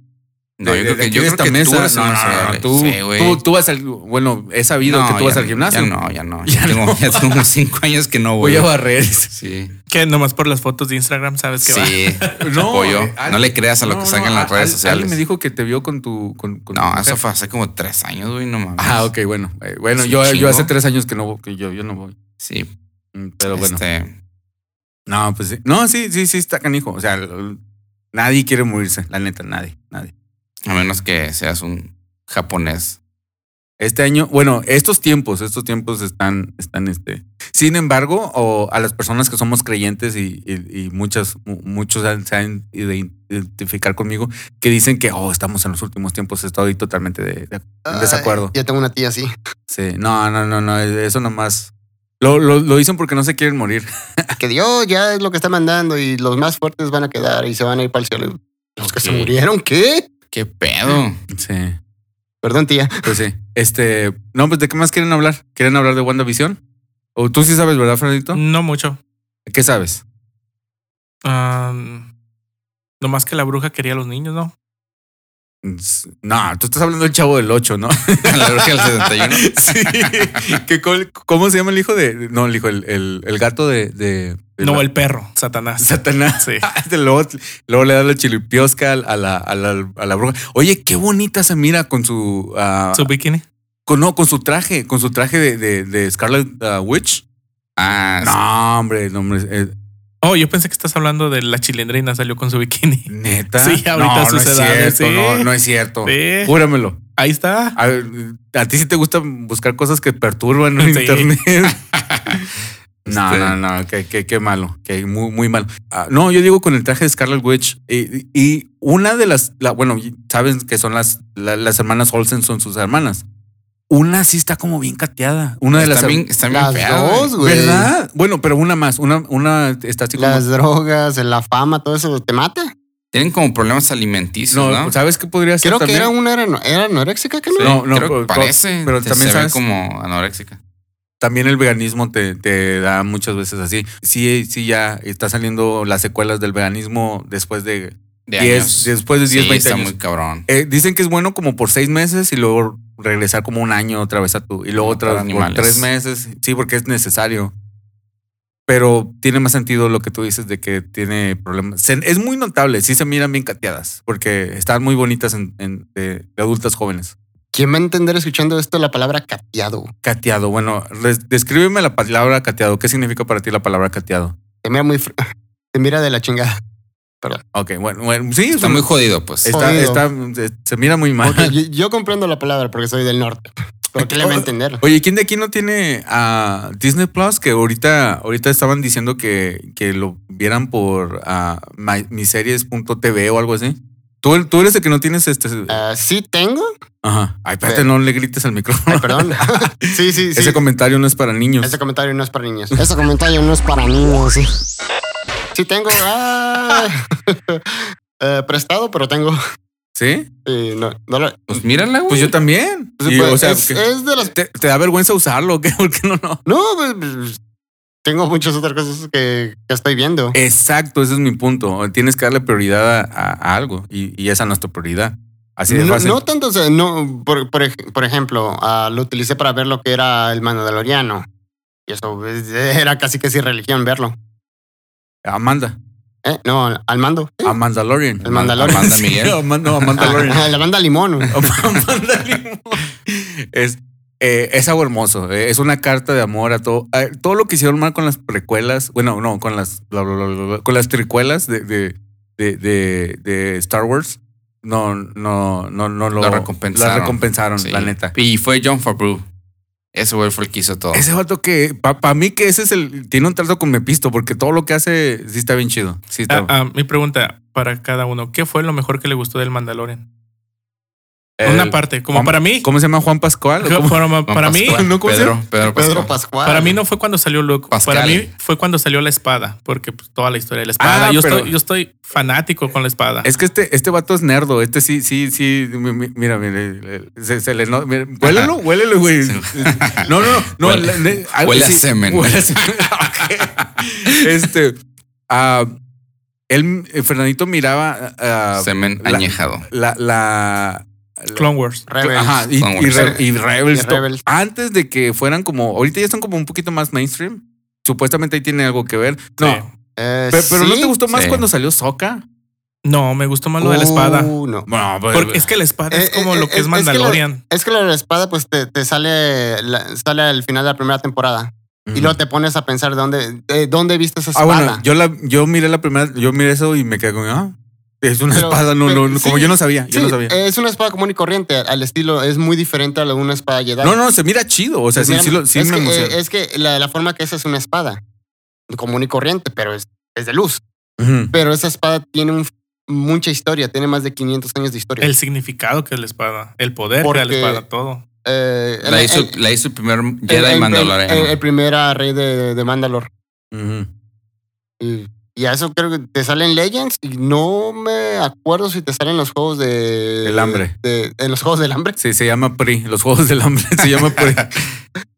No, yo De- de- creo de que aquí yo de creo esta que tú mesa, eres no, el no, más no, saludable. tú, Sí, güey. tú, tú vas al, bueno, he sabido No, que tú vas ya al no, gimnasio. Ya no, ya no. Ya tengo, ya tengo unos cinco años que no voy. Voy a barrer. Sí. Que nomás por las fotos de Instagram sabes que va. Sí. No, Pollo, eh, al- no le creas a lo que no, salga en no, las redes al- sociales. Alguien me dijo que te vio con tu. Con, con tu No, eso mujer. fue hace como tres años, güey, no mames. Ah, ok, bueno. eh, bueno, Sí, yo, yo chingo. hace tres años que no, voy- que yo, yo no voy. Sí, Mm, Pero bueno. este, No, pues sí. No, sí, sí, sí, está canijo. O sea, l- nadie quiere morirse, la neta, nadie, nadie. a menos que seas un japonés. Este año, bueno, estos tiempos, estos tiempos están, están este. Sin embargo, o a las personas que somos creyentes y, y- y muchas, mu- muchos han- se han ide- identificar conmigo, que dicen que, oh, estamos en los últimos tiempos, estoy totalmente de- de- en Ay, desacuerdo. Yo tengo una tía así. Sí, no, no, no, no, eso nomás. Lo, lo, lo dicen porque no se quieren morir. "Oh, Que Dios ya es lo que está mandando y los más fuertes van a quedar y se van a ir para el cielo. Los que se murieron, ¿qué? ¿Qué pedo? Sí. Perdón, tía. Pues sí. Este. No, pues ¿de qué más quieren hablar? ¿Quieren hablar de WandaVision? O tú sí sabes, ¿verdad, Fredito? No mucho. ¿Qué sabes? Am, no más que la bruja quería a los niños, ¿no? No, tú estás hablando del chavo del 8, ¿no? La bruja del 71. Sí. ¿Qué col- ¿Cómo se llama el hijo de.? No, el hijo, el, el- el gato de. de- de No, la- Ah. el perro, Satanás. Satanás. este, Sí. luego, luego le da la chilipiosca a la, a, la, a la bruja. Oye, qué bonita se mira con su. ah, Su bikini. con, no, con su traje, con su traje de, de, de Scarlet ah, Witch. Ah, sí. No, hombre, no, hombre. eh, Oh, yo pensé que estás hablando de la chilindrina, salió con su bikini. Neta. Sí, ahorita no, no sus es edades, cierto, sí. no, no es cierto. Sí. Júramelo. Ahí está. A, a ti sí te gusta buscar cosas que perturban en Sí. internet. No, Este- no, no, qué, qué- qué malo, que muy, muy malo. Ah, no, yo digo con el traje de Scarlet Witch y, y una de las, la- bueno, y saben que son las, la- las hermanas Olsen, son sus hermanas. Una sí está como bien cateada. Una de las Están bien, hermanas. están bien Las feas, dos, güey. güey. ¿Verdad? Bueno, pero una más, una, una está así como. Las drogas, la fama, todo eso te mata. Tienen como problemas alimenticios, no, ¿no? ¿sabes qué podría ser? Creo que también? era una era, era anoréxica, que no. Sí. no, no, Creo pero- que parece. pero se- también se sabes- ve como anoréxica. también el veganismo te, te da muchas veces así. Sí, sí, ya está saliendo las secuelas del veganismo después de, De 10, años. después de 10, sí, 20 está años. muy cabrón. Eh, dicen que es bueno como por seis meses y luego regresar como un año otra vez a tu. Y luego Como por otra vez por animales. tres meses. Sí, porque es necesario. Pero tiene más sentido lo que tú dices de que tiene problemas. Se- es muy notable, sí se miran bien cateadas, porque están muy bonitas en- en- de- de adultas jóvenes. ¿Quién va a entender escuchando esto la palabra cateado? Cateado. Bueno, res- descríbeme la palabra cateado. ¿Qué significa para ti la palabra cateado? Te mira muy. fr- Te mira de la chingada. Ok, bueno, bueno, sí, Está muy jodido, pues. está- jodido. está- se- se mira muy mal. Ok, yo, yo comprendo la palabra porque soy del norte. ¿Por qué le va a entender? Oye, ¿quién de aquí no tiene a Disney Plus? Que ahorita, ahorita estaban diciendo que, que lo vieran por ah, my- miseries.tv o algo así. Tú, tú eres el que no tienes este. Ah, sí tengo. Ajá. Ay, espérate, pero- no le grites al micrófono. Ay, perdón. sí, sí, sí. Ese comentario no es para niños. Ese comentario no es para niños. Ese comentario no es para niños. Sí tengo. ah, eh, prestado, pero tengo. ¿Sí? Sí, no, no lo- Pues mírala, güey. Pues yo también. Pues, Y, pues, o sea, es, que- es de las. te, te da vergüenza usarlo? o ¿Qué? ¿Por qué no? no? No, pues, pues, tengo muchas otras cosas que, que estoy viendo. Exacto, ese es mi punto. Tienes que darle prioridad a, a- a algo y, y esa no es tu prioridad. Así de no, fácil. no tanto, o sea, no, por, por ej- por ejemplo, ah, lo utilicé para ver lo que era el Mandaloriano. Y eso pues, era casi que sí religión verlo. Amanda. Eh, No, al mando. A Mandalorian. El Mandalorian. Amanda Miguel. A Man- no, a Ah, Mandalorian. Ah, la banda Limón. güey. A Amanda Limón. es, eh, es algo hermoso. eh, Es una carta de amor a todo. a todo lo que hicieron mal con las precuelas. Bueno, no, con las bla, bla, bla, bla, bla, con las tricuelas de, de, de, de- de Star Wars. No, no, no, no lo, Lo recompensaron. la recompensaron, Sí. la neta. Y fue John Favreau. Ese güey fue el que hizo todo. Ese vato que, para mí que ese es el, tiene un trato con Mepisto, porque todo lo que hace sí está bien chido. Sí está. Ah, ah, mi pregunta para cada uno: ¿qué fue lo mejor que le gustó del Mandalorian? El- Una parte, como Juan- para mí. ¿Cómo se llama Juan Pascual? ¿O como cómo? para, Juan para mí, Pascual, ¿no? ¿Cómo se Pedro, llama? Pedro Pedro Pascual. Pascual. para mí no fue cuando salió Luke. Pascal. Para mí fue cuando salió la espada, porque pues, toda la historia de la espada. Ah, yo, pero- estoy, yo estoy fanático con la espada. Es que este, este vato es nerdo. Este sí, sí, sí. mi- mi- Mira, mira. Se, se le no, mira, Huélelo, huélelo, güey. No, no, no. no Huele- le- algo huele a así. semen. Huele a semen. Ok. Este. ah, él, eh, Fernandito miraba. ah, Semen la- añejado. La. la, la- Clone Wars. Rebels. Ajá, y, Clone y Wars. Re- y Rebels, Y to- Rebels. Antes de que fueran como. Ahorita ya están como un poquito más mainstream. Supuestamente ahí tiene algo que ver. No. Sí. Eh, pe- Pero, ¿no sí. te gustó más Sí. cuando salió Soca? No, me gustó más lo de la espada. Uh, no. Bueno, pero- Porque es que la espada es Eh, como eh, lo que eh, es es que la- Mandalorian. Es que lo de la espada, pues te, te sale, la- sale al final de la primera temporada. Y luego te pones a pensar de dónde, de dónde viste esa Ah, espada. bueno, yo, la, yo miré la primera, yo miré eso y me quedé con, ah, es una Pero- espada, no, pero no, no, como sí, yo no sabía, yo Sí, eh, no sabía. Es una espada común y corriente, al estilo, es muy diferente a la de una espada Jedi. no, no, se mira chido, o sea, Pues sí, mira, sí lo- sí es me que, emociona. eh, es que la, la forma que esa es una espada común y corriente, pero es, es de luz. Ujú. Pero esa espada tiene un- mucha historia, tiene más de 500 años de historia. El significado que es la espada, el poder que Porque- es la espada, todo. Eh, el- La hizo, el- la hizo el primer el- Jedi el- Mandalorian. el- el primer rey de, de Mandalor. Ujú. Y Y a eso creo que te salen Legends y no me acuerdo si te salen los juegos de... El hambre. de- en los juegos del hambre. Sí, se llama PRI. Los Juegos del Hambre se llama PRI.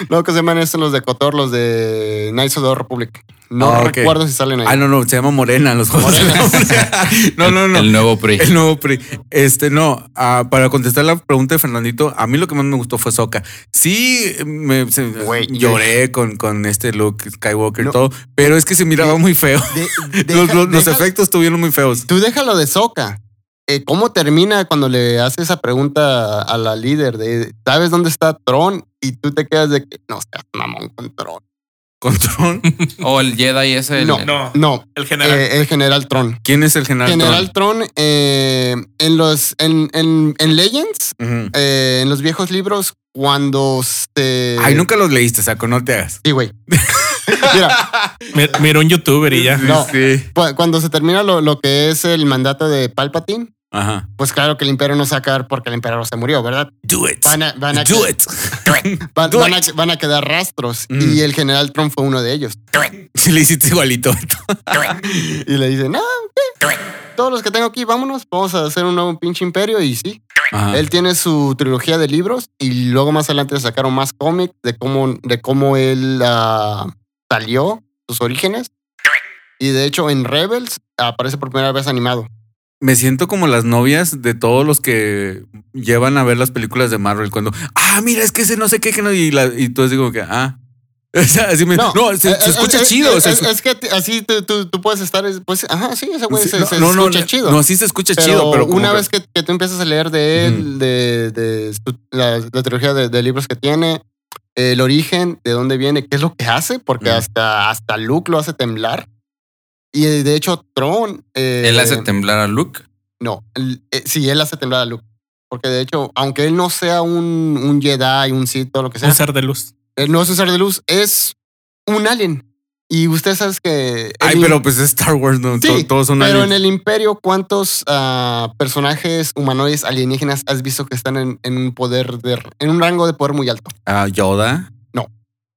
No, que se llaman estos los de Cotor, los de Knights of the Old Republic. No Ah, ok. recuerdo si salen ahí. Ah, no, no, se llama Morena los Juegos del Hambre. No, no, no. El nuevo PRI. El nuevo PRI. Este, no, ah, para contestar la pregunta de Fernandito, a mí lo que más me gustó fue Soca. Sí, me se- Güey, lloré con, con este look Skywalker y No. todo, pero es que se miraba muy feo. De- deja- los, los- los deja- efectos estuvieron muy feos. Tú déjalo de Soca. Eh, ¿Cómo termina cuando le hace esa pregunta a la líder de ¿sabes dónde está Tron? Y tú te quedas de que no seas mamón con Tron. Control. O Oh, el Jedi ese. el- No. No, No, el general. eh, el general Tron. ¿Quién es el general? General Tron, eh, en los en, en, en Legends, Tron? Ujú. eh, en los viejos libros, cuando se. Ay, nunca los leíste, saco, no te hagas. Sí, güey. Mira, Mi- Miró un youtuber y ya. No. Sí. cu- cuando se termina lo, lo que es el mandato de Palpatine, Ajá. pues claro que el imperio no se va a acabar porque el emperador se murió, ¿verdad? Do it. Van a, van a Do it. Van, Do van a, it. van a quedar rastros. Mm. Y el general Trump fue uno de ellos. Sí, le hiciste igualito. Y le dicen, ah, ok, todos los que tengo aquí, vámonos, vamos a hacer un nuevo pinche imperio. Y sí, Ajá. él tiene su trilogía de libros y luego más adelante sacaron más cómics de cómo, de cómo él ah, salió, sus orígenes. Y de hecho en Rebels aparece por primera vez animado. Me siento como las novias de todos los que llevan a ver las películas de Marvel cuando, ah, mira, es que ese no sé qué, que no, y, la, y tú digo que, ah. O sea, así me- no, se, eh, se eh, escucha eh, chido. eh, se Es, escu- es que t- así tú, tú- tú puedes estar, pues, ajá, sí, ese güey sí, se, no, se no, no, escucha chido. No, sí se escucha chido, pero como una que- vez que, que tú empiezas a leer de él, de, de su- la, la trilogía de, de libros que tiene, el origen, de dónde viene, qué es lo que hace, porque Ujú. hasta, hasta Luke lo hace temblar. Y eh, de hecho, Tron. eh, Él hace temblar a Luke. No, el- eh, sí, él hace temblar a Luke. Porque de hecho, aunque él no sea un, un Jedi, un Sith, todo lo que sea, Un ser de luz. él no es un ser de luz, es un alien. Y usted sabe que. Ay, el- pero pues es Star Wars, no, Sí, to- todos son pero en aliens. el imperio, ¿cuántos ah, personajes humanoides alienígenas has visto que están en, en un poder de, en un rango de poder muy alto? Ah, Yoda.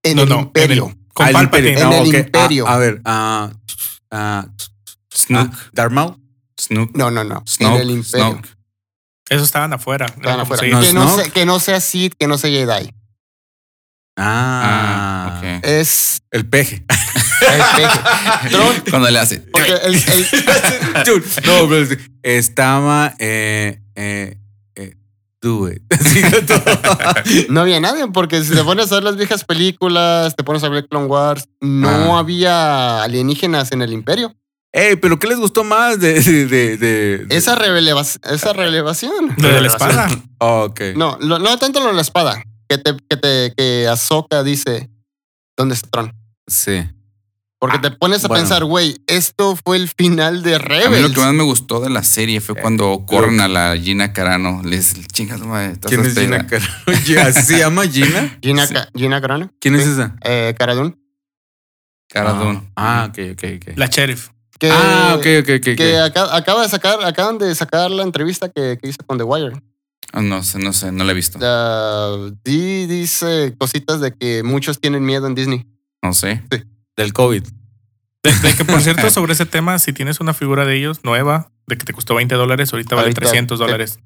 En No, el no, en imperio. el- Con Ah, el Palpatine. imperio. En el ok. Ah, imperio. A, ver, ah, ah, Snook. ah, Darth Maul. Snook. No, no, no. Snoke, en el imperio. Snoke. Esos estaban afuera. Eh, Estaban Como afuera. se No, dice. que, no Snoke. sea, que no sea Sith, que no sea Jedi. Ah, Ah, ok. Es. El peje. es- Tron, Cuando le hace. porque el- el- Dude, no, pero es- estaba. Eh, eh, eh, do it. Sí, todo. no había nadie, porque si te pones a ver las viejas películas, te pones a ver Clone Wars, no Ah. había alienígenas en el imperio. Ey, pero ¿qué les gustó más de. de, de, de- de- Esa, releva- esa relevación. Lo de la espada. Ah, ok. No, lo- no tanto lo de la espada. Que te, que te, que Ahsoka dice dónde está Tron. Sí. Porque te pones a Ah, bueno. pensar, güey, esto fue el final de A mí Rebels. lo que más me gustó de la serie fue Eh, cuando corren a la Gina Carano. Les chingas, madre. estás ¿Quién es hasta Gina ahí, Carano? Ya, ¿Así se llama Gina? Gina, Ca- Gina Carano, ¿Quién es Sí. esa? eh, Cara Dune, Cara Dune. Ah, ok, ok, ok. La sheriff. Que, ah, ok, ok, ok. que ok. aca- acaba de sacar, acaban de sacar la entrevista que, que hizo con The Wire. Ah, no sé, no sé, no la he visto. La- di- dice cositas de que muchos tienen miedo en Disney. No sé. Del COVID. De que, por cierto, sobre ese tema, si tienes una figura de ellos nueva, de que te costó 20 dólares, ahorita vale Ahorita, 300 sí. dólares.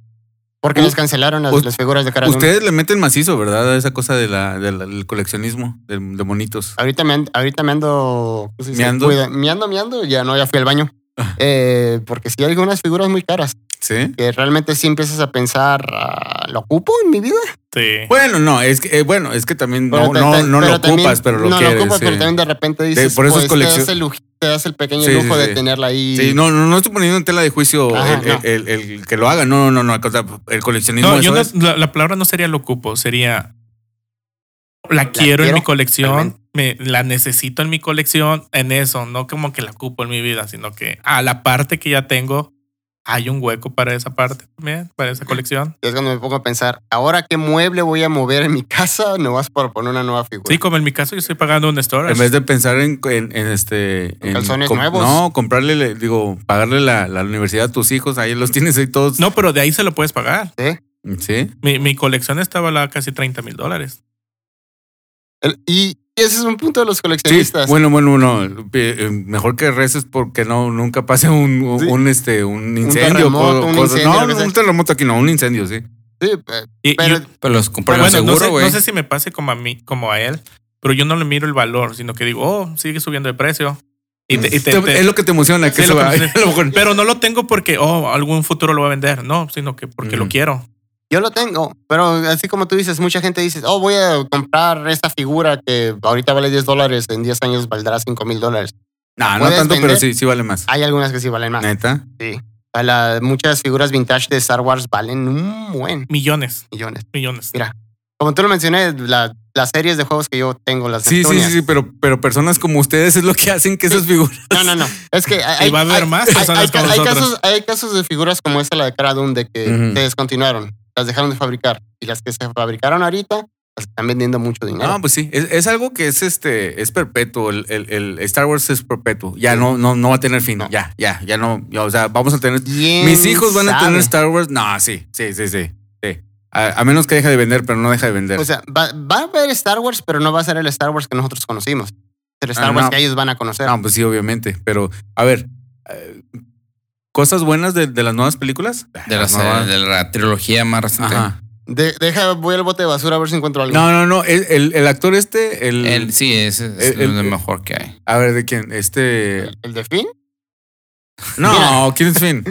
Porque U- les cancelaron las, u- las figuras de Cara Dune. Pues Ustedes le meten macizo, ¿verdad? A esa cosa de la- de la- del coleccionismo, de, de monitos. Ahorita me, and- ahorita me ando. ¿cómo se dice? ¿Meando? Ah. Cuida- meando, meando, Ya no, ya fui al baño. Eh, porque sí hay algunas figuras muy caras ¿Sí? que realmente sí empiezas a pensar, ah, ¿lo ocupo en mi vida? Sí. Bueno, no, es que, eh, bueno, es que también no, Pero ta- no, ta- no pero lo también- ocupas, pero lo no quieres. lo ocupas, sí. pero también de repente dices, por eso es pues, te, das colección- el, luj- te das el pequeño Sí, sí, lujo sí. de tenerla ahí. Sí, no, no, no estoy poniendo en tela de juicio Ajá, el, no. el- el- el que lo haga. No, no, no. o sea, El coleccionismo. No, eso yo no- es. la, la palabra no sería lo ocupo, sería la quiero en quiero, mi colección, me, la necesito en mi colección, en eso, no como que la ocupo en mi vida, sino que a la parte que ya tengo, hay un hueco para esa parte también, para esa colección. Es cuando me pongo a pensar, ¿ahora qué mueble voy a mover en mi casa? No vas por poner una nueva figura. Sí, como en mi caso, yo estoy pagando un storage. En vez de pensar en, en- en este. En calzones com- nuevos. No, comprarle, le- digo, pagarle la, la universidad a tus hijos. Ahí los tienes ahí todos. no, pero de ahí se lo puedes pagar. Sí. Mi, mi colección estaba a casi 30 mil dólares. El- Y Y ese es un punto de los Sí, coleccionistas. bueno, bueno, bueno. eh, eh, Mejor que reces porque no, nunca pase un, un, Sí. un, este, un incendio. terremoto, co- un cosa- incendio, lo que no, sea. un terremoto aquí no, un incendio, sí. Sí, pe- Y- pero y- Pero los pero compraron bueno, no sé- seguro, no, güey. sé, si me pase como a mí, como a él, pero yo no le miro el valor, sino que digo, oh, sigue subiendo de precio. Y te- y te- Te- te- es lo que te emociona, que Sí, se lo va. que- a lo mejor- Pero no lo tengo porque, oh, algún futuro lo va a vender. No, sino que porque lo Ujú. quiero. yo lo tengo. Pero así como tú dices, mucha gente dice, oh, voy a comprar esta figura que ahorita vale 10 dólares, en 10 años valdrá 5 mil dólares. no, no ¿Puedes Ah, tanto, pero vender? sí, sí vale más. Hay algunas que sí valen más. Neta. O sea, la- muchas figuras vintage de Star Wars valen un buen Millones, millones. millones. Como tú lo mencioné, la- las series de juegos que yo tengo, las Sí, sí, Neptunias. sí, sí, pero, pero personas como ustedes es lo que hacen que esas figuras. No, no, no. Es que hay, Y va a haber hay- más hay- personas hay ca- como hay nosotros. casos, hay casos de figuras como esta, la de Cara Dune, de que Ujú. se descontinuaron, las dejaron de fabricar y las que se fabricaron ahorita las están vendiendo mucho dinero. No, pues sí, es, es algo que es este, es perpetuo. El, el- el Star Wars es perpetuo. Ya no, no, no va a tener fin. No. Ya, ya, ya no. ya, o sea, vamos a tener. ¿Quién Mis hijos van a sabe? tener Star Wars. No, sí, sí, sí, sí. sí. A, a menos que deje de vender, pero no deja de vender. O sea, va, va a haber Star Wars, pero no va a ser el Star Wars que nosotros conocimos. El Star Ah, Wars no. que ellos van a conocer. no, pues sí, obviamente. Pero, a ver, eh, cosas buenas de, de las nuevas películas. De, las, nuevas- eh, de la trilogía más reciente. Ah, Ajá. De- deja, voy al bote de basura a ver si encuentro algo. No, no, no. El, el- el actor este, el, El- sí, ese es Eh, el- lo el- mejor que hay. A ver, ¿de quién? Este. ¿El, el de Finn? No, Mira. ¿quién es Finn?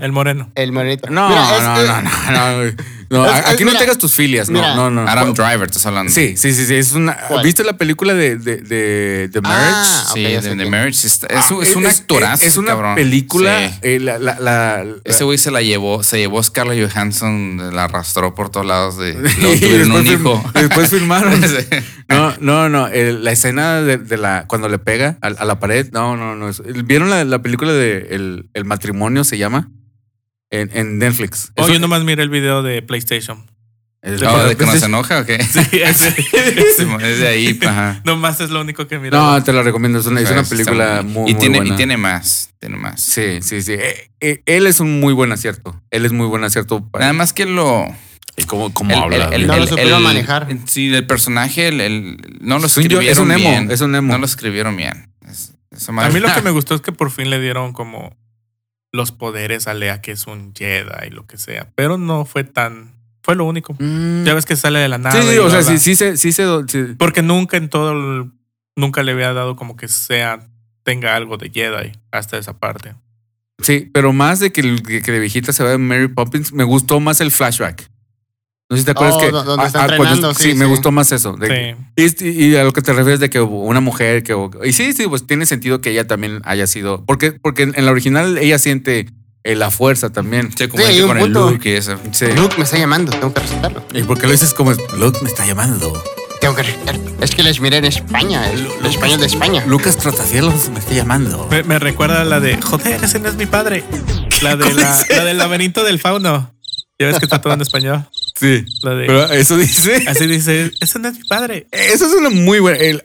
El moreno. El morenito. No, Mira, es- no, es- no, no, no, güey. No, Es- a- es- aquí no mira. tengas tus filias. No, Mira. no, no. Adam Driver, estás hablando. Sí, sí, sí, sí. Es una. ¿Cuál? ¿Viste la película de, de, de, de Marriage? Ah, ok, Sí, ya de, sé de quién. Marriage. Está- es, un- Ah, es un actorazo. Es, una cabrón. película. Sí. eh, la, la, la- la- Ese güey se la llevó, se llevó Scarlett Johansson, la arrastró por todos lados de luego Y tuvieron un después hijo. fir- después firmaron. Sí. No, no, no. eh, la escena de, de la cuando le pega a, a la pared. No, no, no. es- ¿Vieron la, la película de el, El matrimonio se llama? En, en Netflix. Oh, Eso- yo nomás miré el video de PlayStation. es- No, de que no se enoja o qué? Sí, ese- ese- Es de ahí, ajá. nomás es lo único que miré. No, te la recomiendo. Es una, es una Está película bien. muy, y muy tiene, buena. Y tiene más, tiene más. Sí, sí, sí. Eh, eh, él es un muy buen acierto. Él es muy buen acierto. para- Nada más que lo... ¿Y ¿Cómo, cómo el- habla? el- el- No lo el- supieron el- manejar. Sí, el personaje, el, el- no lo Según yo, escribieron es un emo. bien. Es un emo. No lo escribieron bien. Es- esa A madre- mí lo que me gustó es que por fin le dieron como los poderes a Lea, que es un Jedi y lo que sea. Pero no fue tan. Fue lo único. Mm. Ya ves que sale de la nada. sí, sí, y o bla, sea, bla. sí, sí, se- sí, se do- sí. Porque nunca en todo. el- nunca le había dado como que sea. Tenga algo de Jedi hasta esa parte. Sí, pero más de que, el- que, que de viejita se va de Mary Poppins, me gustó más el flashback. No sé si te acuerdas Oh, que. do- donde está cuando- entrenando, sí, sí, me sí. gustó más eso. de- Sí. Y, y a lo que te refieres de que una mujer que. Y sí, sí, pues tiene sentido que ella también haya sido. Porque, porque en la original ella siente eh, la fuerza también. Se comunica Sí, un con el punto. Luke y eso. Sí. Luke me está llamando, tengo que respetarlo. ¿Y por qué lo dices como Luke me está llamando? Tengo que respetarlo. Es que les miré en España, el, el español de España. Lucas Trotacielos me está llamando. Me, me recuerda a la de. Joder, ese no es mi padre. La de la, la del laberinto del fauno. Ya ves que está todo en español. Sí. La de. Pero eso dice. Así dice. Ese no es mi padre. Eso es una muy buena. el-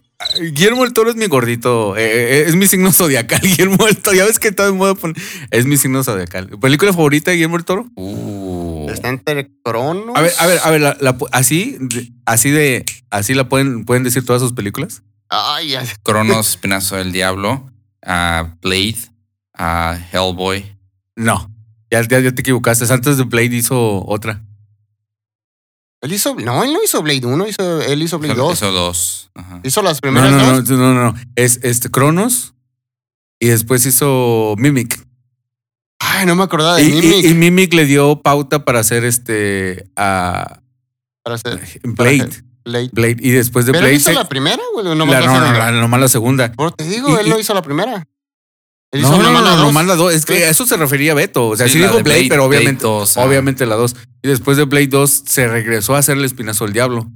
Guillermo del Toro es mi gordito. eh, eh, es mi signo zodiacal. Guillermo del Toro. Ya ves que todo el mundo pone- Es mi signo zodiacal. ¿Película favorita de Guillermo del Toro? Uh, Está entre Cronos. A ver, a ver, a ver. la- la pu- así, de- así de. Así la pueden, pueden decir todas sus películas. Ay, ya. Cronos, Espinazo del Diablo, a Blade, a Hellboy. No. Ya, ya, ya te equivocaste. Antes de Blade hizo otra. Él hizo, no, él no hizo Blade 1, hizo, él hizo Blade 2. Hizo dos. Ajá. Hizo las No, no, primeras no, dos. no, no, no. Es este Cronos y después hizo Mimic. Ay, no me acordaba de Y, y- Ah, Mimic. y Mimic le dio pauta para hacer este a para hacer Blade. Blade. Blade. Y después de ¿Pero él Blade. hizo se- la primera, güey? No, la- más la no, no, segunda. la- nomás la segunda. Por te digo, Y- él y- no hizo la primera. Él hizo No, no, nomás no, la no, dos. nomás la dos. Es que a eso se refería Beto. O sea, sí, la dijo de Blade, pero Blade obviamente, 2, ajá. obviamente la dos. Y después de Blade 2 se regresó a hacer el espinazo del diablo.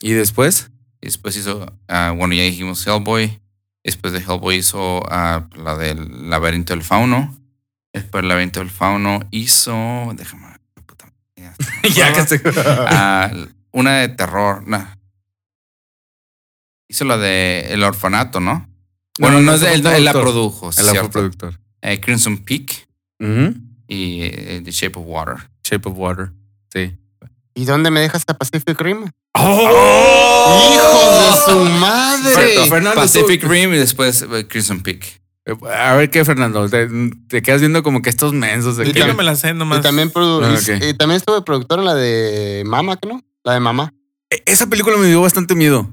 Y después, Y después hizo, ah, bueno, ya dijimos Hellboy. Después de Hellboy hizo ah, la del laberinto del fauno. Después del laberinto del fauno hizo. Déjame. puta madre, ya está. ya que se- Ah, una de terror. nah. Hizo la de El Orfanato, ¿no? Bueno, no, es de- fue él, él la productor. produjo. sí, Él la fue cierto. productor. Eh, Crimson Peak Ujú. y eh, The Shape of Water. Shape of Water. Sí. ¿Y dónde me dejas a Pacific Rim? ¡Oh! ¡Hijos de su madre! Fer- Fernando, Pacific Rim y después eh, Crimson Peak. Eh, A ver qué, Fernando. Te, te quedas viendo como que estos mensos. de Y que- Yo no me la sé nomás. Y también, produ- Ah, y- ok. y también estuve productor en la de Mama, ¿qué ¿no? La de Mamá. E- Esa película me dio bastante miedo.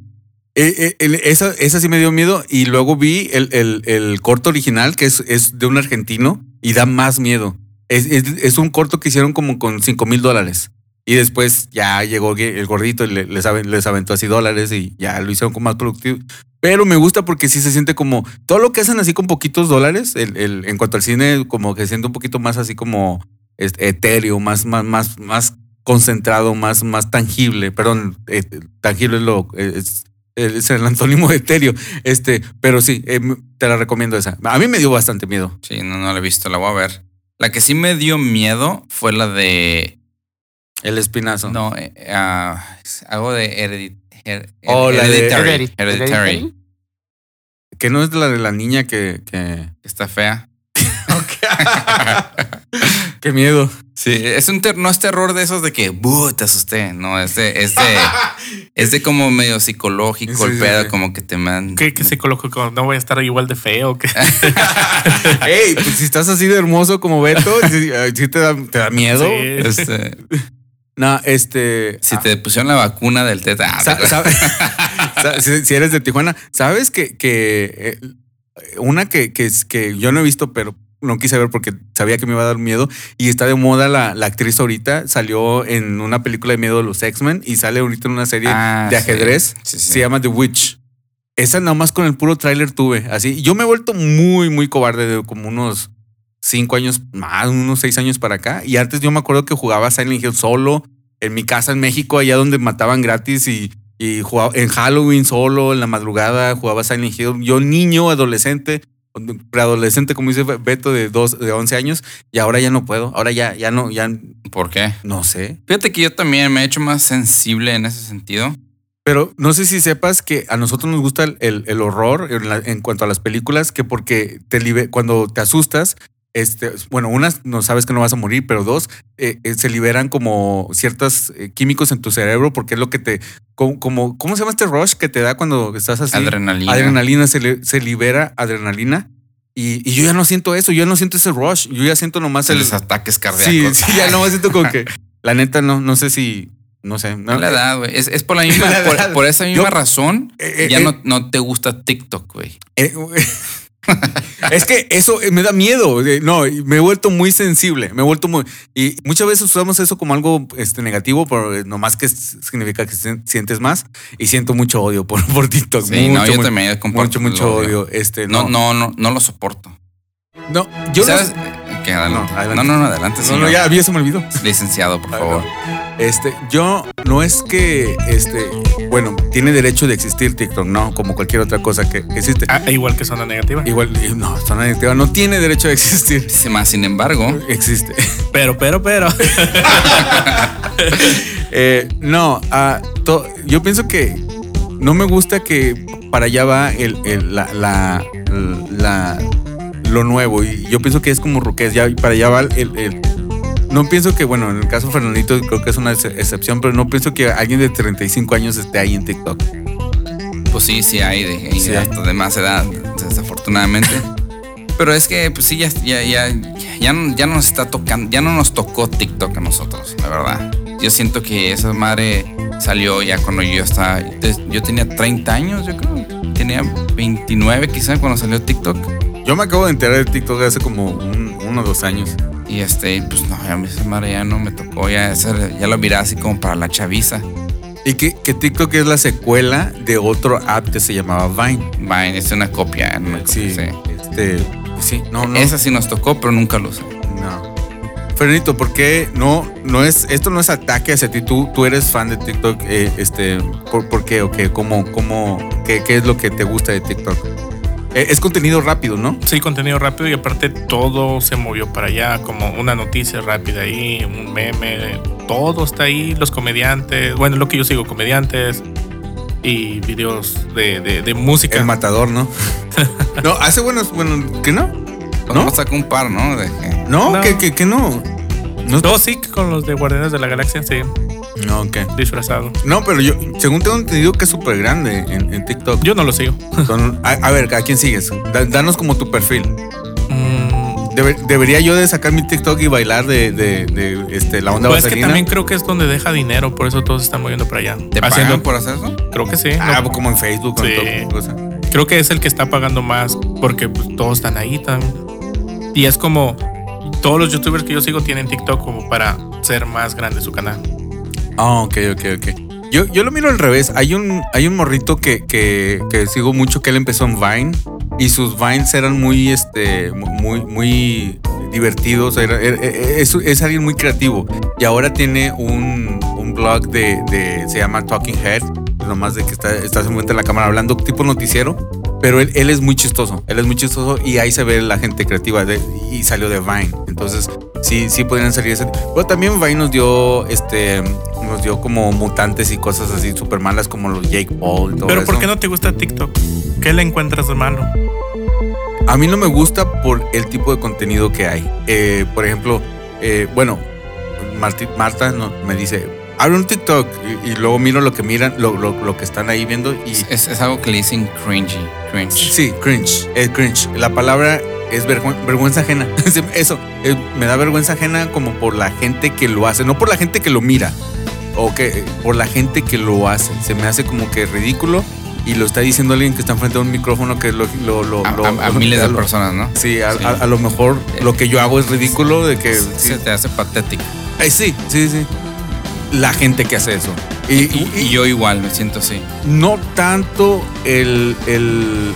E- e- el- esa, esa sí me dio miedo. Y luego vi el, el- el corto original, que es, es de un argentino, y da más miedo. Es, es- es un corto que hicieron como con 5 mil dólares. Y después ya llegó que el gordito y le- les, aven- les aventó así dólares y ya lo hicieron como más productivo. Pero me gusta porque sí se siente como todo lo que hacen así con poquitos dólares, el- el- en cuanto al cine, como que se siente un poquito más así como este, etéreo, más, más, más, más concentrado, más, más tangible. Perdón, eh, tangible es lo. eh, Es, es el antónimo de etéreo. Este, pero sí, eh, m- te la recomiendo esa. A mí me dio bastante miedo. Sí, no, no la he visto, la voy a ver. La que sí me dio miedo fue la de. El espinazo. No, eh, ah, algo de heredit- her- Oh, la de hereditary. Heredit- Hereditary. Que no es la de la niña que. que Está fea. qué miedo. Sí, es un ter- no es terror de esos de que "Buh, te asusté. No, es de, es de, es de como medio psicológico Sí, el sí, pedo, sí. como que te man. ¿Qué, qué psicológico? ¿No voy a estar igual de feo? ¿Qué? Ey, pues si estás así de hermoso como Beto, sí, eh, sí te, da, te da miedo. Sí. Este, No, este. si ah, te pusieron la vacuna del teta. ah, Sa- sa- sa- si, si eres de Tijuana, sabes que, que eh, una que, que, es- que yo no he visto, pero no quise ver porque sabía que me iba a dar miedo. Y está de moda la, la actriz ahorita. Salió en una película de miedo de los X-Men y sale ahorita en una serie Ah, de sí. ajedrez. Sí, Se sí. llama The Witch. Esa nada más con el puro tráiler tuve. Así, yo me he vuelto muy, muy cobarde de como unos cinco años más, unos seis años para acá. Y antes yo me acuerdo que jugaba Silent Hill solo en mi casa en México, allá donde mataban gratis y, y jugaba en Halloween solo, en la madrugada jugaba Silent Hill. Yo niño, adolescente, preadolescente, como dice Beto, de, dos, de 11 años. Y ahora ya no puedo. Ahora ya, ya no, ya ¿Por qué? no sé. Fíjate que yo también me he hecho más sensible en ese sentido. Pero no sé si sepas que a nosotros nos gusta el, el- el horror en, la- en cuanto a las películas, que porque te libe- cuando te asustas, este, bueno, unas no sabes que no vas a morir, pero dos, eh, eh, se liberan como ciertos eh, químicos en tu cerebro, porque es lo que te, como, como- ¿cómo se llama este rush que te da cuando estás así? Adrenalina. Adrenalina, se, li- se libera adrenalina. Y, y yo ya no siento eso, yo ya no siento ese rush, yo ya siento nomás Se el... les ataques sí, cardíacos. sí, ya nomás siento como que... La neta, no, no sé si... No sé. No, Eh, La edad, güey. Es, es por la misma, La edad. por, por esa misma Yo- razón, Eh, eh, ya eh. no, no te gusta TikTok, güey. Eh, es que eso eh, me da miedo. eh, No, y me he vuelto muy sensible. Me he vuelto muy. Y muchas veces usamos eso como algo este, negativo, pero eh, nomás que s- significa que sien- sientes más. Y siento mucho odio por, por TikTok. Sí, no, mucho, yo mu- también yo comparto Mucho, el mucho odio. Este, No, no, no, no, no lo soporto. no, yo no- ¿Sabes? Eh, que adelante. No, adelante. No, no, no, adelante, no, señor. no, ya, a mí eso me olvidó. Licenciado, por Ay, favor. Este, yo no es que, este, bueno, tiene derecho de existir TikTok, no, como cualquier otra cosa que existe. Ah, igual que zona negativa. Igual, eh, no, zona negativa no tiene derecho de existir. Sí, Más sin embargo, Existe. Pero, pero, pero. Eh, no, ah, to- yo pienso que no me gusta que para allá va el, el- la, la- la- lo nuevo. Y yo pienso que es como Ruqués, ya para allá va el, el- No pienso que, bueno, en el caso de Fernandito creo que es una ex- excepción, pero no pienso que alguien de 35 años esté ahí en TikTok. pues sí, sí hay de, hay Sí. de hasta de más edad, desafortunadamente. Pero es que, pues sí, ya, ya, ya, ya, no- ya no nos está tocando, ya no nos tocó TikTok a nosotros, la verdad. Yo siento que esa madre salió ya cuando yo estaba. Yo tenía 30 años, yo creo. Tenía 29 quizás cuando salió TikTok. Yo me acabo de enterar de TikTok hace como un- uno o dos años. Y este, pues no, a mí esa madre ya no me tocó, ya, esa- ya lo miraba así como para la chaviza. Y que, que TikTok es la secuela de otro app que se llamaba Vine. Vine, es una copia. era una copia, sí. Este, sí, no, no. Esa sí nos tocó, pero nunca lo usé. No. Fernito, ¿por qué no, no es, esto no es ataque hacia ti? Tú, tú eres fan de TikTok, eh, este, ¿por, por qué o qué? ¿Cómo, cómo, qué, qué es lo que te gusta de TikTok? Eh, es contenido rápido, ¿no? Sí, contenido rápido y aparte todo se movió para allá, como una noticia rápida ahí, un meme, todo está ahí, los comediantes, bueno, lo que yo sigo, comediantes y videos de, de- de música. El matador, ¿no? no, hace buenos, bueno, ¿qué no? Pues ¿No? Vamos a un par, ¿no? De que- No, No. ¿Qué, qué- qué no? No, no, sí, con los de Guardianes de la Galaxia, sí. No, ok. disfrazado. No, pero yo, según tengo entendido que es súper grande en, en TikTok. Yo no lo sigo. Son- a, a ver, ¿a quién sigues? Da- danos como tu perfil. Mm, Debe- debería yo de sacar mi TikTok y bailar de, de- de, este, la onda pues es que vaselina. también creo que es donde deja dinero, por eso todos se están moviendo para allá. ¿Te Haciendo, pagan por hacer eso? creo que sí. Ah, no, como en Facebook. con Sí. todo, cosa. creo que es el que está pagando más porque pues, todos están ahí también. Y es como todos los youtubers que yo sigo tienen TikTok como para ser más grande su canal. Ah, ok, ok, ok. Yo, yo lo miro al revés. Hay un, hay un morrito que, que, que sigo mucho que él empezó en Vine y sus Vines eran muy, este, mu- muy, muy divertidos. Era- era- e- e- es, es alguien muy creativo. Y ahora tiene un, un blog de, de- se llama Talking Head, nomás de que está, está frente a la cámara hablando tipo noticiero. Pero él, él es muy chistoso, él es muy chistoso y ahí se ve la gente creativa de- y salió de Vine. Entonces, sí, sí podrían salir ese. Bueno, también Vine nos dio este nos dio como mutantes y cosas así súper malas como los Jake Paul y todo Pero ¿por eso. qué no te gusta TikTok? ¿Qué le encuentras de malo? A mí no me gusta por el tipo de contenido que hay. Eh, por ejemplo, eh, bueno, Marti- Marta no- me dice, abre un TikTok y, y luego miro lo que miran, lo, lo- lo que están ahí viendo y... Es, es- es algo que le dicen cringy. Cringe. Sí, cringe, eh, cringe. La palabra es vergüen- vergüenza ajena. Sí, Eso, eh, me da vergüenza ajena como por la gente que lo hace, no por la gente que lo mira, o que eh, por la gente que lo hace. Se me hace como que ridículo y lo está diciendo alguien que está enfrente de un micrófono que lo... lo, lo- A, lo- a- a miles de lo- personas, ¿no? Sí, a, Sí. a- a lo mejor lo que yo hago es ridículo de que... Se Sí, te hace patético. Eh, sí, sí, sí. La gente que hace eso. Y, Y, y- y yo igual me siento así. no tanto el, el,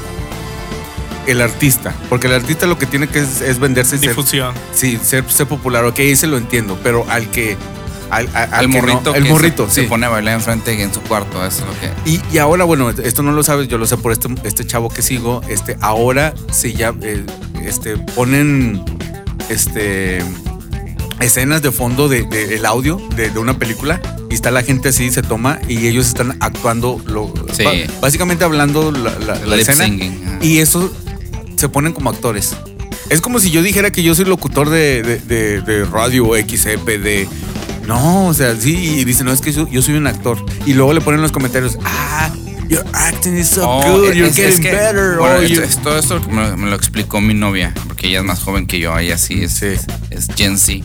el artista, porque el artista lo que tiene que es, es venderse y ser, Difusión. sí, ser, ser popular. Ok, ese lo entiendo, pero al que. Al, a- al Al que no- morrito. el que morrito, se, sí. se pone a bailar enfrente en su cuarto. Eso es lo que. Y, y ahora, bueno, esto no lo sabes, yo lo sé por este, este chavo que sigo. Este, ahora se ya este, ponen este, escenas de fondo del de, el audio de, de una película y está la gente así, se toma y ellos están actuando, lo, Sí. ba- básicamente hablando la, la- la lip escena. singing, ajá. Y eso se ponen como actores. Es como si yo dijera que yo soy locutor de, de, de- de radio XPD. No, o sea, sí, y dicen, no, es que yo, yo soy un actor. Y luego le ponen en los comentarios, ah, your acting is so Oh, good, es- you're es- getting es que- better. bueno, oh, esto- you-" es- todo esto me, me lo explicó mi novia, porque ella es más joven que yo. Ella sí es, Sí. es Gen Z.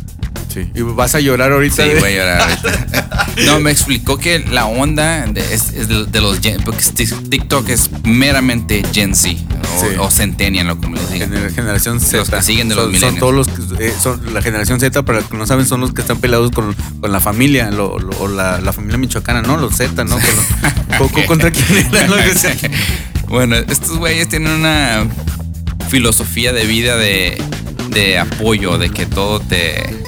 Sí, Y vas a llorar ahorita. Sí, de- voy a llorar ahorita. No, me explicó que la onda de, es, es de, de los Gen, porque tic- TikTok es meramente Gen Z o, Sí. o Centennial, o como les digan. Gener- Generación Z. que siguen de los son, son millennials. todos los que, eh, son la generación Z, para los que no saben, son los que están peleados con, con la familia, lo- lo- o la, la familia michoacana, ¿no? Los Z, ¿no? Con- con- con- ¿Contra quién era? No, que sea. bueno, estos güeyes tienen una filosofía de vida de, de apoyo, de que todo te.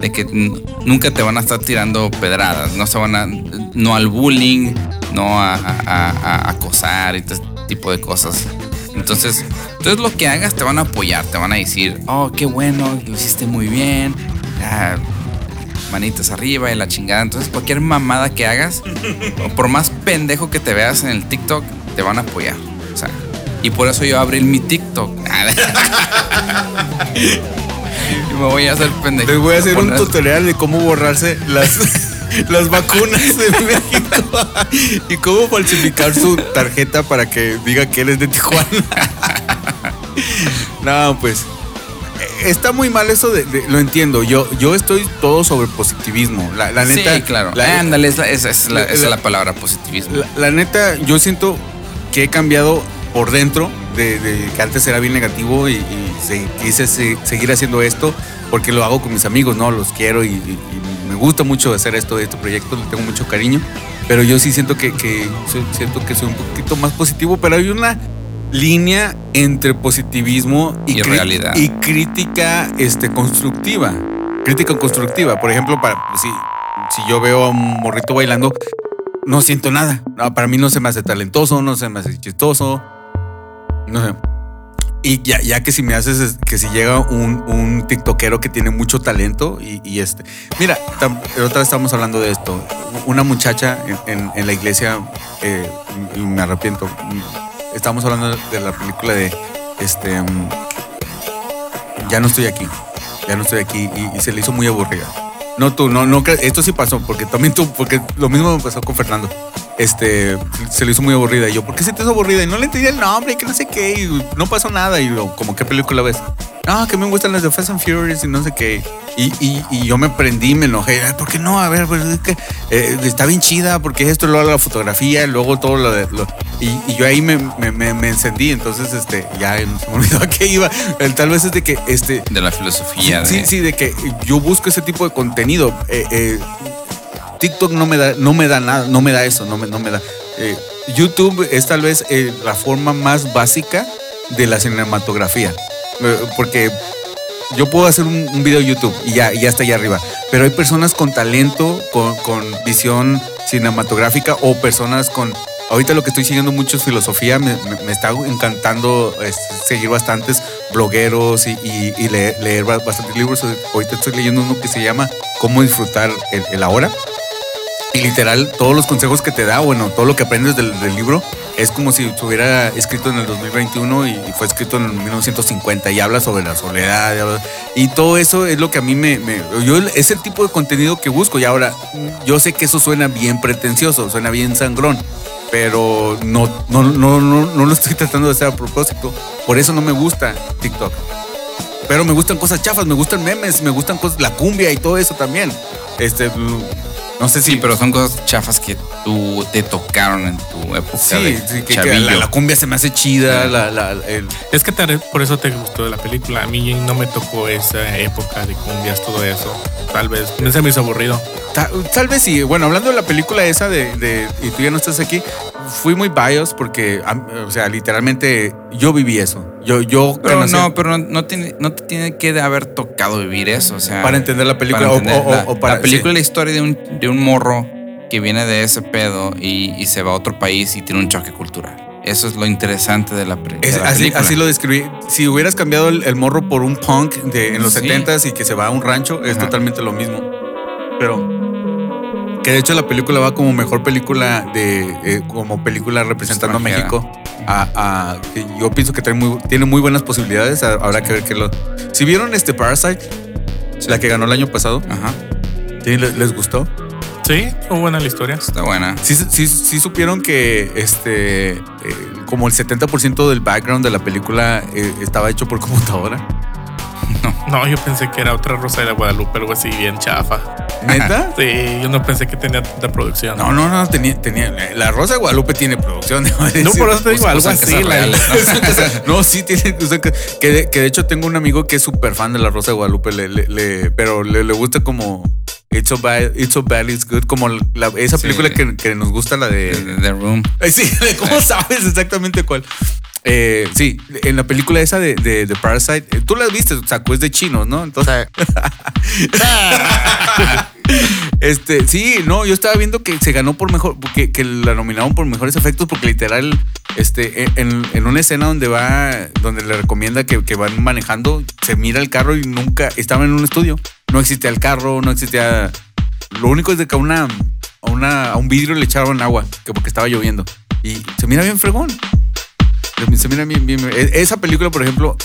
de que n- nunca te van a estar tirando pedradas, no se van a. no al bullying, no a, a- a- a acosar y todo este tipo de cosas. Entonces, entonces lo que hagas te van a apoyar, te van a decir, oh, qué bueno, lo hiciste muy bien, ah, manitas arriba y la chingada. Entonces, cualquier mamada que hagas, o por más pendejo que te veas en el TikTok, te van a apoyar. O sea, y por eso yo abrí mi TikTok. y me voy a hacer pendejo. Les voy a hacer un Poner- tutorial de cómo borrarse las, las vacunas de México y cómo falsificar su tarjeta para que diga que eres de Tijuana. No, pues eh, está muy mal eso de, de- lo entiendo. Yo, yo estoy todo sobre positivismo. La, la neta, sí, claro. Eh, la- Ándale, es la, es- es la- esa es la- la palabra positivismo. la, la neta, yo siento que he cambiado por dentro de, de que antes era bien negativo y, y se- quise se- seguir haciendo esto porque lo hago con mis amigos, ¿no? Los quiero y, y- y me gusta mucho hacer esto de este proyecto, le tengo mucho cariño. Pero yo sí siento que, que soy- siento que soy un poquito más positivo, pero hay una línea entre positivismo y, Y cri- realidad. y crítica este, constructiva. Crítica constructiva. Por ejemplo, para, si, si yo veo a un morrito bailando, no siento nada. No, para mí no se me hace talentoso, no se me hace chistoso. No sé. Y ya, ya que si me haces es- que si llega un, un tiktokero que tiene mucho talento y, y este. Mira, tam- la otra vez estábamos hablando de esto. Una muchacha en, en- en la iglesia, eh, y me arrepiento. Estábamos hablando de la película de este. mm, Ya no estoy aquí. Ya no estoy aquí. Y, y se le hizo muy aburrida. No tú, no, no. cre- Esto sí pasó, porque también tú, porque lo mismo me pasó con Fernando. Este, se le hizo muy aburrida. Y yo, ¿por qué se te hizo aburrida? Y no le entendí el nombre, y que no sé qué. Y no pasó nada. Y yo, ¿cómo qué película ves? No, que me gustan las de Fast and Furious y no sé qué. Y, y- y yo me prendí, me enojé. "Ay, ¿Por qué no? A ver, pues es que eh, está bien chida, porque esto, luego la fotografía, luego todo lo de. lo- y, y yo ahí me, me- me- me encendí. Entonces, este, ya se me olvidó a qué iba. El tal vez es de que, este, De la filosofía. Sí, de, sí, de que yo busco ese tipo de contenido. Eh, eh, TikTok no me da, no me da nada, no me da eso, no me, no me da. Eh, YouTube es tal vez eh, la forma más básica de la cinematografía. Eh, porque yo puedo hacer un, un video de YouTube y ya, y ya está allá arriba. Pero hay personas con talento, con, con visión cinematográfica o personas con. Ahorita lo que estoy siguiendo mucho es filosofía. Me, me- me está encantando es, seguir bastantes blogueros y, y- y leer, leer ba- bastantes libros. Ahorita estoy leyendo uno que se llama Cómo disfrutar el, el ahora. Y literal, todos los consejos que te da, bueno, todo lo que aprendes del, del libro, es como si estuviera escrito en el 2021 y, y fue escrito en el 1950 y habla sobre la soledad. Y, habla- y todo eso es lo que a mí me, me- Yo es el tipo de contenido que busco. Y ahora, yo sé que eso suena bien pretencioso, suena bien sangrón, pero no, no, no, no, no lo estoy tratando de hacer a propósito. Por eso no me gusta TikTok. Pero me gustan cosas chafas, me gustan memes, me gustan cosas, la cumbia y todo eso también. Este, no sé si... Sí, pero son cosas chafas que tú te tocaron en tu época Sí, de sí, que- que chavillo. la, la cumbia se me hace chida, la, la- el- Es que tal- por eso te gustó la película. A mí no me tocó esa época de cumbias, todo eso. Tal vez. Se me hizo aburrido. ta- tal vez sí, bueno, hablando de la película esa de, de- Y tú ya no estás aquí, fui muy biased porque, am- o sea, literalmente yo viví eso. Yo, yo Pero conocí- no, pero no, no tiene, no te tiene que haber tocado vivir eso. O sea, Para entender la película, ah, para o- entender o- la, o para- la película es la historia de un, de un morro que viene de ese pedo y, y se va a otro país y tiene un choque cultural. Eso es lo interesante de la, pre- de Es- la así, película. así lo describí. Si hubieras cambiado el, el morro por un punk de, en los Sí. 70s y que se va a un rancho, es Ajá. totalmente lo mismo. Pero que de hecho la película va como mejor película de eh, como película representando Extranjera. a México. A, a- que yo pienso que trae muy- tiene muy buenas posibilidades. A- Habrá que ver que lo. Si vieron este Parasite, la que ganó el año pasado, Ajá, ¿sí? ¿Les, les gustó? Sí, estuvo buena la historia. está buena. Sí, sí, sí supieron que este eh, como el 70% del background de la película eh, estaba hecho por computadora. No, yo pensé que era otra Rosa de la Guadalupe, algo así, bien chafa. ¿Neta? Sí, yo no pensé que tenía tanta producción. No, no, no, tenía, tenía. eh, La Rosa de Guadalupe tiene producción. debo decir. No, por eso te digo, Usan algo cosas así. la- reales, ¿no? O sea, no, sí tiene. o sea, que, que de, que de hecho tengo un amigo que es súper fan de la Rosa de Guadalupe, le- le- le- pero le, le gusta como It's so bad, It's so bad, it's good, como la- esa Sí. película que, que nos gusta, la The, de. The Room. Ay, Eh, Sí, de cómo sabes exactamente cuál. Eh, sí, en la película esa de, de, de Parasite, eh, tú la viste, o sea, pues de chinos, ¿no? O Entonces. sea, Este, sí, no, yo estaba viendo que se ganó por mejor, que, que la nominaron por mejores efectos, porque literal, este, en, en una escena donde va, donde le recomienda que, que van manejando, se mira el carro y nunca, estaba en un estudio, no existía el carro, no existía, lo único es de que a una, a una, a un vidrio le echaron agua, que porque estaba lloviendo, y se mira bien fregón, se, se mira bien, bien, bien. E- esa película, por ejemplo,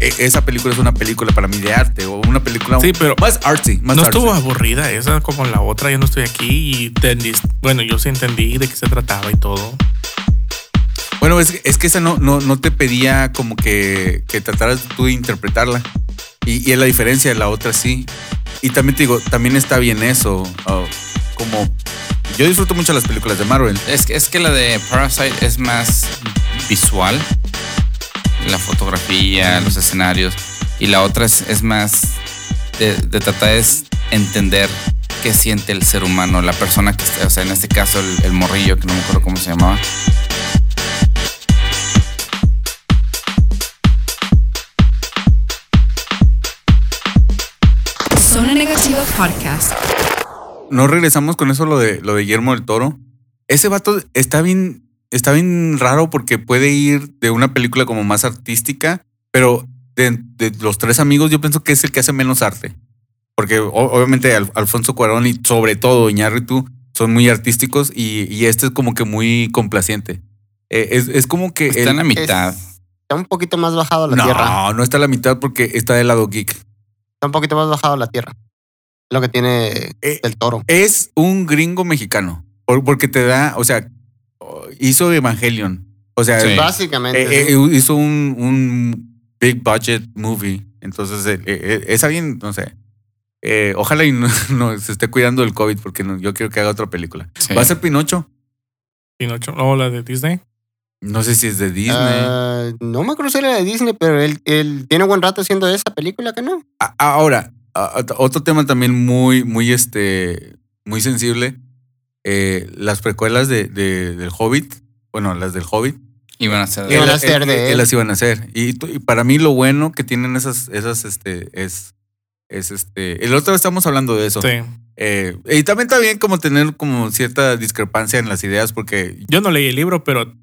e- esa película es una película para mí de arte, o una película Sí, pero- más artsy, más No artsy. estuvo aburrida esa como la otra, yo no estoy aquí y entendiste. Bueno, yo sí entendí de qué se trataba y todo. Bueno, es, es que esa no, no, no te pedía como que, que trataras tú de interpretarla. Y, y es la diferencia, la otra sí. Y también te digo, también está bien eso. oh, como yo disfruto mucho las películas de Marvel. Es, que- es que la de Parasite es más visual. La fotografía, los escenarios. Y la otra es, es más de, de tratar es entender qué siente el ser humano, la persona que está, o sea, en este caso el, el morrillo, que no me acuerdo cómo se llamaba. Zona Negativa Podcast. No regresamos con eso lo de, lo de Guillermo del Toro. Ese vato está bien, está bien raro porque puede ir de una película como más artística, pero de, de los tres amigos yo pienso que es el que hace menos arte. Porque o- obviamente Al- Alfonso Cuarón y sobre todo Iñárritu son muy artísticos y, y este es como que muy complaciente. Eh, es, es como que... Está él- en la mitad. está un poquito más bajado a la tierra. no, no está a la mitad porque está del lado geek. Está un poquito más bajado a la tierra. Lo que tiene Eh, el toro. Es un gringo mexicano. por- Porque te da, o sea, hizo Evangelion. O sea, Sí. Básicamente. eh, sí. eh, hizo un, un big budget movie. Entonces, eh, eh, es alguien, no sé. Eh, ojalá y no, no se esté cuidando del COVID porque no- yo quiero que haga otra película. Sí. ¿Va a ser Pinocho? Pinocho, no, la de Disney. No sé si es de Disney. Ah, no me acuerdo si era de Disney, pero él, él tiene buen rato haciendo esa película que no. A- Ahora, a- a- otro tema también muy, muy, este, muy sensible. eh, las precuelas de, de- del Hobbit, bueno, las del Hobbit, Y van a ser Iban él- a ser él- de él- él. las iban a hacer. Y, tú- y para mí lo bueno que tienen esas, esas, este, es, es este. El otro estamos hablando de eso. Sí. Eh, y también está bien como tener como cierta discrepancia en las ideas porque... Yo no leí el libro, pero a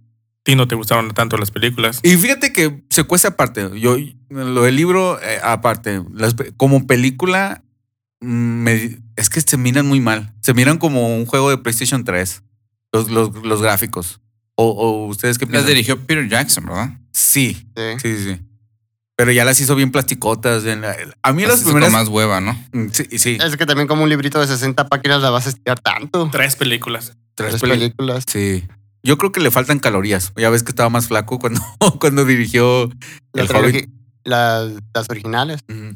ti no te gustaron tanto las películas. Y fíjate que se cuesta aparte. Yo, lo del libro, eh, aparte. Las pe- como película, mm, me- es que se miran muy mal. Se miran como un juego de PlayStation 3. Los, los, los gráficos. O, o ustedes qué Las piensan. dirigió Peter Jackson, ¿verdad? Sí, Sí. sí, sí. sí. Pero ya las hizo bien plasticotas. en la- a mí Las las, hizo con primeras... más hueva, ¿no? Mm, Sí, sí. Es que también como un librito de 60 páginas la vas a estirar tanto. Tres películas. Tres Tres peli- películas. Sí. Yo creo que le faltan calorías. Ya ves que estaba más flaco cuando, cuando dirigió La El trilogía- Hobbit. las, las originales. Ujú.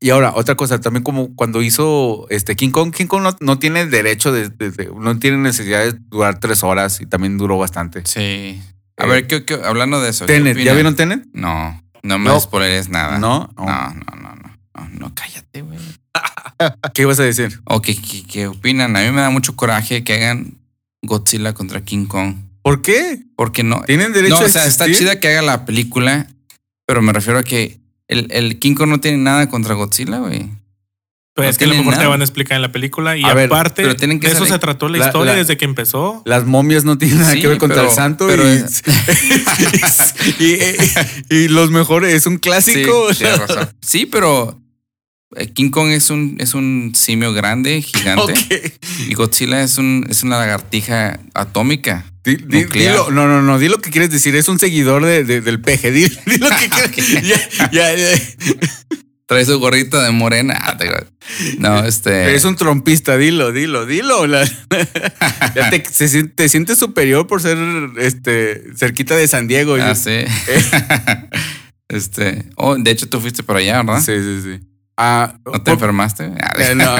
Y ahora, otra cosa, también como cuando hizo este King Kong, King Kong no, no tiene el derecho de, de- de- no tiene necesidad de durar tres horas y también duró bastante. Sí. A Eh, ver, ¿qué- qué- hablando de eso. ¿qué Tenet, ¿ya opinan? vieron Tenet? No, no me No. spoileres nada. No. No, no, no, no. No, no, cállate, güey. ¿Qué ibas a decir? ¿O qué, qué- qué opinan? A mí me da mucho coraje que hagan Godzilla contra King Kong. ¿Por qué? Porque no. ¿Tienen derecho No, o a sea, está existir? chida que haga la película, pero me refiero a que el, el King Kong no tiene nada contra Godzilla, güey. Pero No Pues es que a lo tienen mejor te nada. van a explicar en la película. Y A ver, aparte, pero tienen que de eso saber- se trató la, la- historia la- desde que empezó. Las momias no tienen nada Sí, que ver contra pero- el santo pero y, es- y- y- y los mejores, es un clásico. Sí, tienes razón. Sí, pero eh, King Kong es un, es un simio grande, gigante. Ok. Y Godzilla es, un, es una lagartija atómica. Di- di- Nuclear. dilo, no, no, no, di lo que quieres decir. Es un seguidor de- de- del peje. Di, di lo que quieres. Ya- ya, ya. Eh. Trae su gorrita de morena. Ah, te digo. No, este. Es un trompista, dilo, dilo, dilo. La- ya te, se sien- te sientes superior por ser este cerquita de San Diego. Ah, Yo- sí. este. Oh, de hecho, tú fuiste para allá, ¿verdad? sí, sí, sí. Ah, ¿No te por- enfermaste? Ah, eh, no,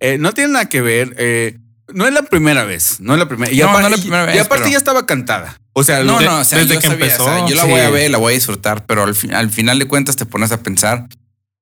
Eh, no tiene nada que ver. eh, no es la primera vez. No es la primera. Y, No, apar- no es la y- primera y vez, aparte pero- ya estaba cantada. O sea, No, de- no, o sea, desde yo que sabía, empezó, o sea, yo la voy a sí. ver, la voy a disfrutar, pero al, fin- al final de cuentas te pones a pensar,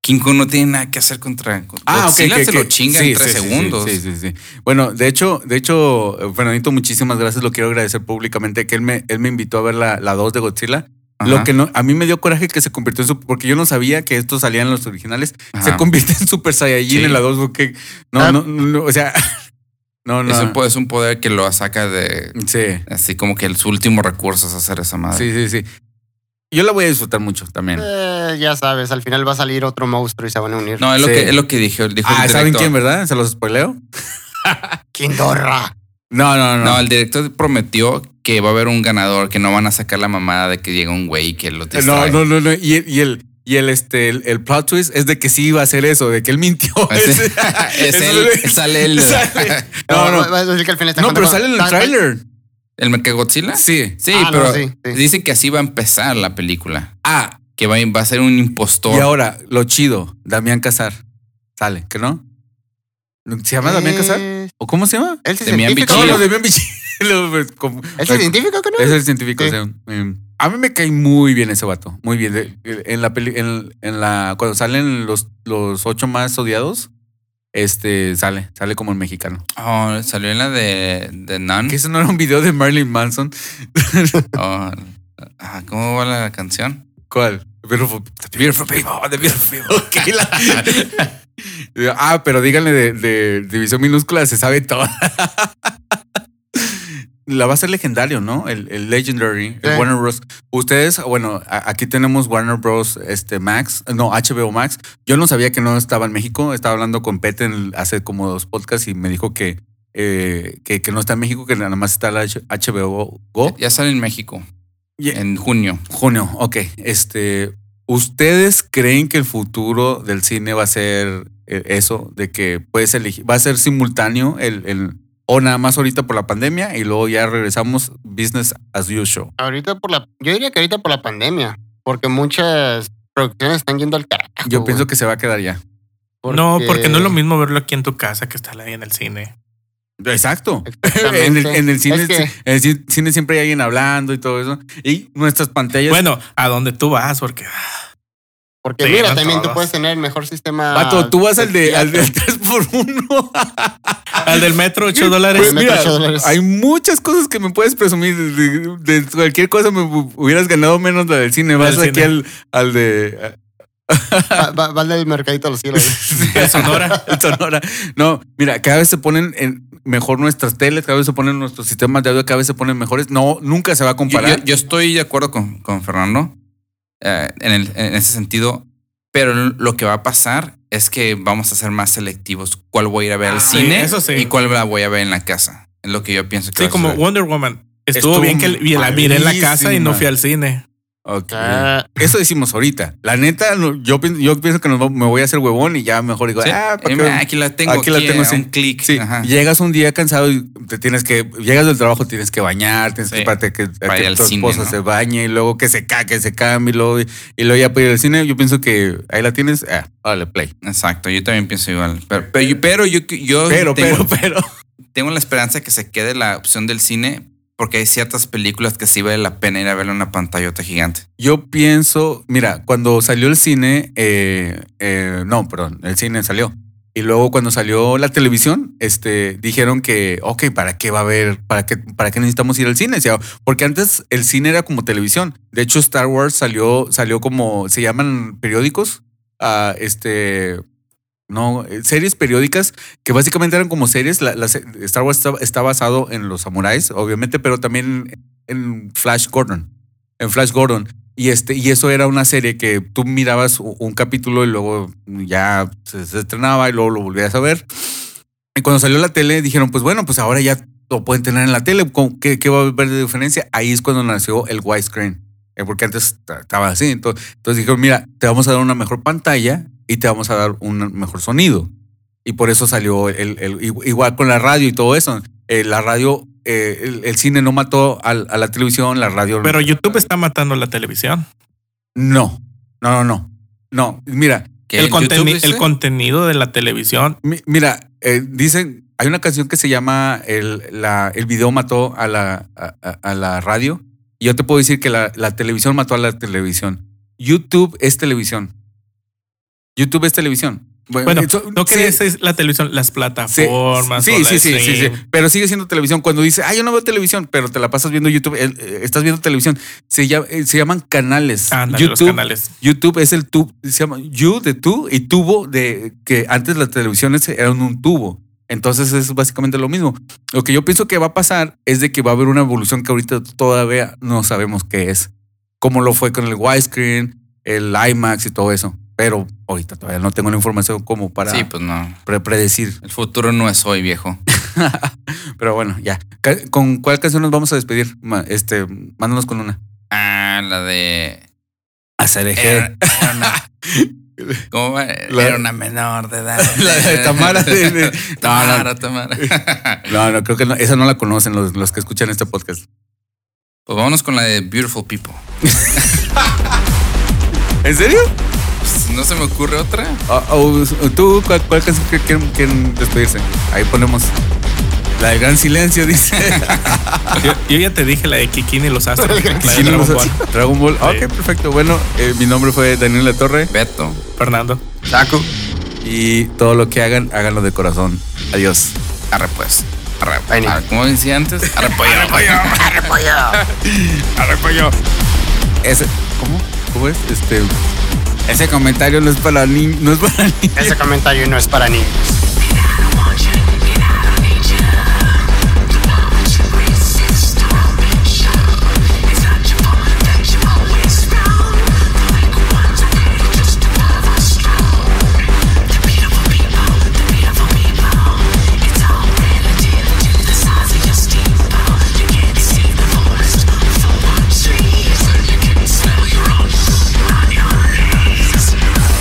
King Kong no tiene nada que hacer contra Ah, ok. Godzilla que- se que- lo chinga sí, en tres sí, sí, segundos. Sí, sí, sí. Bueno, de hecho, de hecho, eh, Fernandito, muchísimas gracias. Lo quiero agradecer públicamente que él me, él me invitó a ver la, la 2 de Godzilla. Ajá. Lo que no, a mí me dio coraje que se convirtió en su, porque yo no sabía que esto salía en los originales. Ajá. Se convirtió en Super Saiyajin Sí. en la 2 porque no, Ah. no, no, o sea, no, no. Es, un, po- es un poder que lo saca de Sí, así como que el- su último recurso es hacer esa madre. sí, sí, sí. Yo la voy a disfrutar mucho también. Eh, ya sabes, al final va a salir otro monstruo y se van a unir. No, es lo Sí. que es lo que dijo, dijo ah, el ¿saben director. quién, verdad? ¿Se los spoileo? ¡Quindorra! No, no, no. No, el director prometió que va a haber un ganador, que no van a sacar la mamada de que llega un güey que lo No, distrae. no, no, no. Y el, y el, y el, este, el, el plot twist es de que sí iba a hacer eso, de que él mintió. Es, Ese- es ese- él, sale el, Sale. No, No, va- va no. a decir que al final está No, pero jugando con- sale en el está- está- tráiler. el Mechagodzilla. Sí. Sí, Ah, no, pero sí, sí. dicen que así va a empezar la película. Ah, Que va, va a ser un impostor. y ahora, lo chido, Damián Casar. Sale, ¿que no? ¿Se llama Damián Casar? Eh, ¿O cómo se llama? Él sí es Demián científico. No, Bichir. no, ¿no? Damián pues, Bichir. Él sí es científico, ¿no? Es el científico. Sí. o sea, em, a mí me cae muy bien ese vato. Muy bien. De- En la peli, en, en la. Cuando salen los, los ocho más odiados, este sale, sale como el mexicano. Oh, salió en la de, de Nun. Que eso no era un video de Marilyn Manson. Oh, ah, ¿Cómo va la canción? ¿Cuál? The Beautiful, the beautiful people, the beautiful people. Ok, la- ah, pero díganle de, de división minúscula, se sabe todo. La va a ser legendario, ¿no? El, el Legendary, el Sí. Warner Bros. Ustedes, bueno, a- aquí tenemos Warner Bros. Este Max, no, HBO Max. Yo no sabía que no estaba en México. Estaba hablando con Pete en- hace como dos podcasts y me dijo que, eh, que, que no está en México, que nada más está la H- HBO Go. Ya sale en México ¿Oh? Y- en junio. Junio, ok. Este, ¿Ustedes creen que el futuro del cine va a ser eh, eso? De que puedes elegir, va a ser simultáneo el, el- o nada más ahorita por la pandemia y luego ya regresamos business as usual. Ahorita por la. Yo diría que ahorita por la pandemia. Porque muchas producciones están yendo al carajo. Yo güey. pienso que se va a quedar ya. No, porque no es lo mismo verlo aquí en tu casa que estar ahí en el cine. Exacto. Exactamente. En el, en el Es cine, que- en el ci- cine siempre hay alguien hablando y todo eso. Y nuestras pantallas. Bueno, a donde tú vas, porque Porque Sí, mira, no también tú todas. puedes tener el mejor sistema. Pato, tú vas ah, al de, al psiquiatra. del 3x1. al del metro 8 Pues dólares. me mira, cachó dólares. hay muchas cosas que me puedes presumir. De, de cualquier cosa me hu- hubieras ganado menos la del cine. Vas Del aquí cine. Al, al de Va, va- va al del mercadito a los cielos. En Sonora. al Sonora. No, mira, cada vez se ponen en mejor nuestras teles, cada vez se ponen nuestros sistemas de audio, cada vez se ponen mejores. No, nunca se va a Yo, comparar. yo- yo estoy de acuerdo con, con Fernando eh, en, el- en ese sentido, pero lo que va a pasar es que vamos a ser más selectivos. ¿Cuál voy a ir a ver Ah, al sí, cine eso sí. y cuál la voy a ver en la casa? Es lo que yo pienso que Sí, va a como ser. Wonder Woman. Estuvo, Estuvo bien que y la miré en la casa y no malísima. fui al cine. Ok. Ah. Eso decimos ahorita. La neta, no, yo, pien- yo pienso que nos va- me voy a hacer huevón y ya mejor digo, Sí. ah, ¿pa' Eh, qué? aquí la tengo, Aquí la tengo, a sí. un clic. Sí, Ajá. llegas un día cansado y te tienes que, llegas del trabajo, tienes que bañar, tienes Sí. que esperarte a que, a Para que ir al tu cine, esposa ¿no? se bañe y luego que se caque, se cambie y luego, y luego ya para ir al cine. Yo pienso que ahí la tienes, ah, dale play. Exacto, yo también pienso igual. Pero, pero, yo- pero yo, yo Pero, tengo, pero, pero. tengo la esperanza que se quede la opción del cine porque hay ciertas películas que sí vale la pena ir a verla en una pantallota gigante. Yo pienso, mira, cuando salió el cine, eh, eh, no, perdón, el cine salió. Y luego cuando salió la televisión, este, dijeron que, ok, ¿para qué va a haber? ¿Para qué, para qué necesitamos ir al cine? O sea, porque antes el cine era como televisión. De hecho, Star Wars salió, salió como, se llaman periódicos, ah, este, no, eh, series periódicas que básicamente eran como series. La, la se- Star Wars está, está basado en los samuráis, obviamente, pero también en Flash Gordon. En Flash Gordon. Y, este, y eso era una serie que tú mirabas u- un capítulo y luego ya se, se estrenaba y luego lo volvías a ver. Y cuando salió la tele dijeron, pues bueno, pues ahora ya lo pueden tener en la tele. ¿Con ¿Qué, qué va a haber de diferencia? Ahí es cuando nació el widescreen. eh, Porque antes ta- estaba así. Entonces, entonces dijeron, mira, te vamos a dar una mejor pantalla y te vamos a dar un mejor sonido. Y por eso salió el, el- igu- igual con la radio y todo eso. Eh, la radio, eh, el, el cine no mató al- a la televisión, la radio. Pero YouTube está matando la televisión. No, no, no, no. No, mira, Que El, en YouTube, conteni- dice, el contenido de la televisión. mi- mira, eh, dicen, hay una canción que se llama El, la- el video mató a la, a, a- a la radio. Y yo te puedo decir que la, la televisión mató a la televisión. YouTube es televisión. YouTube es televisión. Bueno, Eh, eso- no sí, que esa es la televisión, las plataformas. Sí, o la sí, sí, sí, sí. stream. Pero sigue siendo televisión. Cuando dice, ah, yo no veo televisión, pero te la pasas viendo YouTube, el- eh, estás viendo televisión. Se, llama- eh, se llaman canales. Ándale, los YouTube, canales. YouTube es el tubo, se llama You de tú y tubo de que antes las televisiones eran un tubo. Entonces es básicamente lo mismo. Lo que yo pienso que va a pasar es de que va a haber una evolución que ahorita todavía no sabemos qué es. Como lo fue con el widescreen, el IMAX y todo eso. Pero ahorita todavía no tengo la información como para Sí, pues no. pre- predecir. El futuro no es hoy, viejo. Pero bueno, ya. Ca- ¿Con cuál canción nos vamos a despedir? Ma- Este, mándanos con una. Ah, la de. Hacer Era, era una, ¿Cómo va? Era una menor de edad. La de Tamara de- de- Tamara, Tamara. pues No, no, creo que no. Esa no la conocen los, los que escuchan este podcast. vámonos con la de Beautiful People. ¿En serio? Pues, no se me ocurre otra. O- o- o Ah, oh, ¿Tú cuál, cuál canción que quieren, quieren despedirse? Ahí ponemos. La del gran silencio, dice. Yo, yo ya te dije la de Kikini y los astros. la de Sí, Dragon no, Ball. Dragon Ball. Ok, perfecto. Bueno, eh, mi nombre fue Daniel La Torre Beto. Fernando. Taco. y todo lo que hagan, háganlo de corazón. Adiós. Arre pues. Arre, Ahí ni- arre, como decía antes, arre pollo. Ese, ¿Cómo? ¿Cómo es? Este, ese comentario no es para ni, no es para ni. Ese comentario no es para niños. Trees, you can smell your own. On your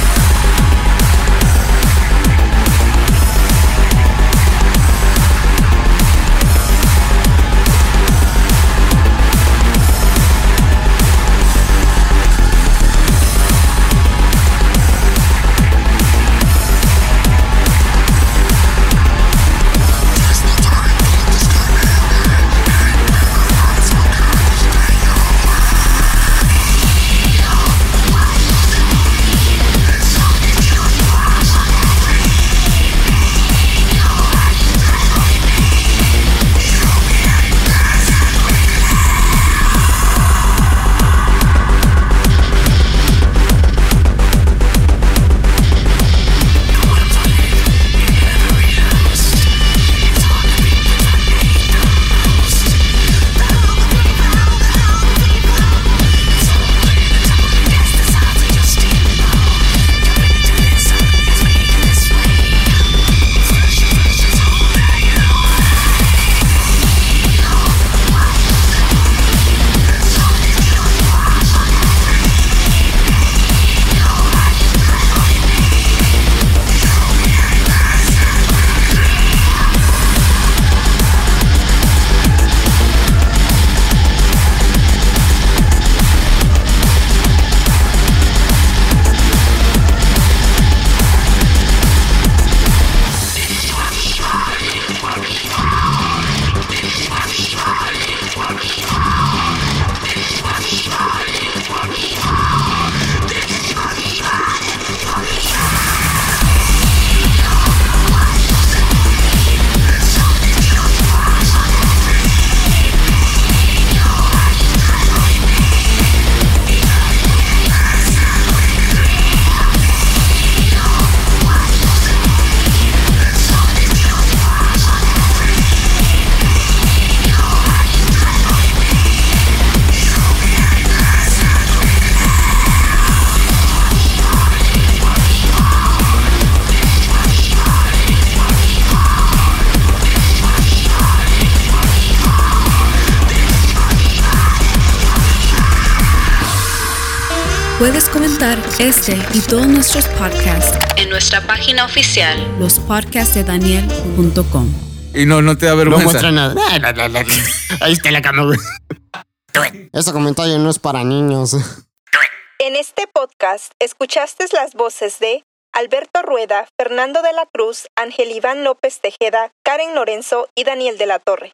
Puedes comentar este y todos nuestros podcasts en nuestra página oficial. lospodcastsdedaniel.com. Y no, no te da No vergüenza. muestra nada. Ah, la, la, la, la. Ahí está la cama, güey. Ese comentario no es para niños. En este podcast escuchaste las voces de Alberto Rueda, Fernando de la Cruz, Ángel Iván López Tejeda, Karen Lorenzo y Daniel de la Torre.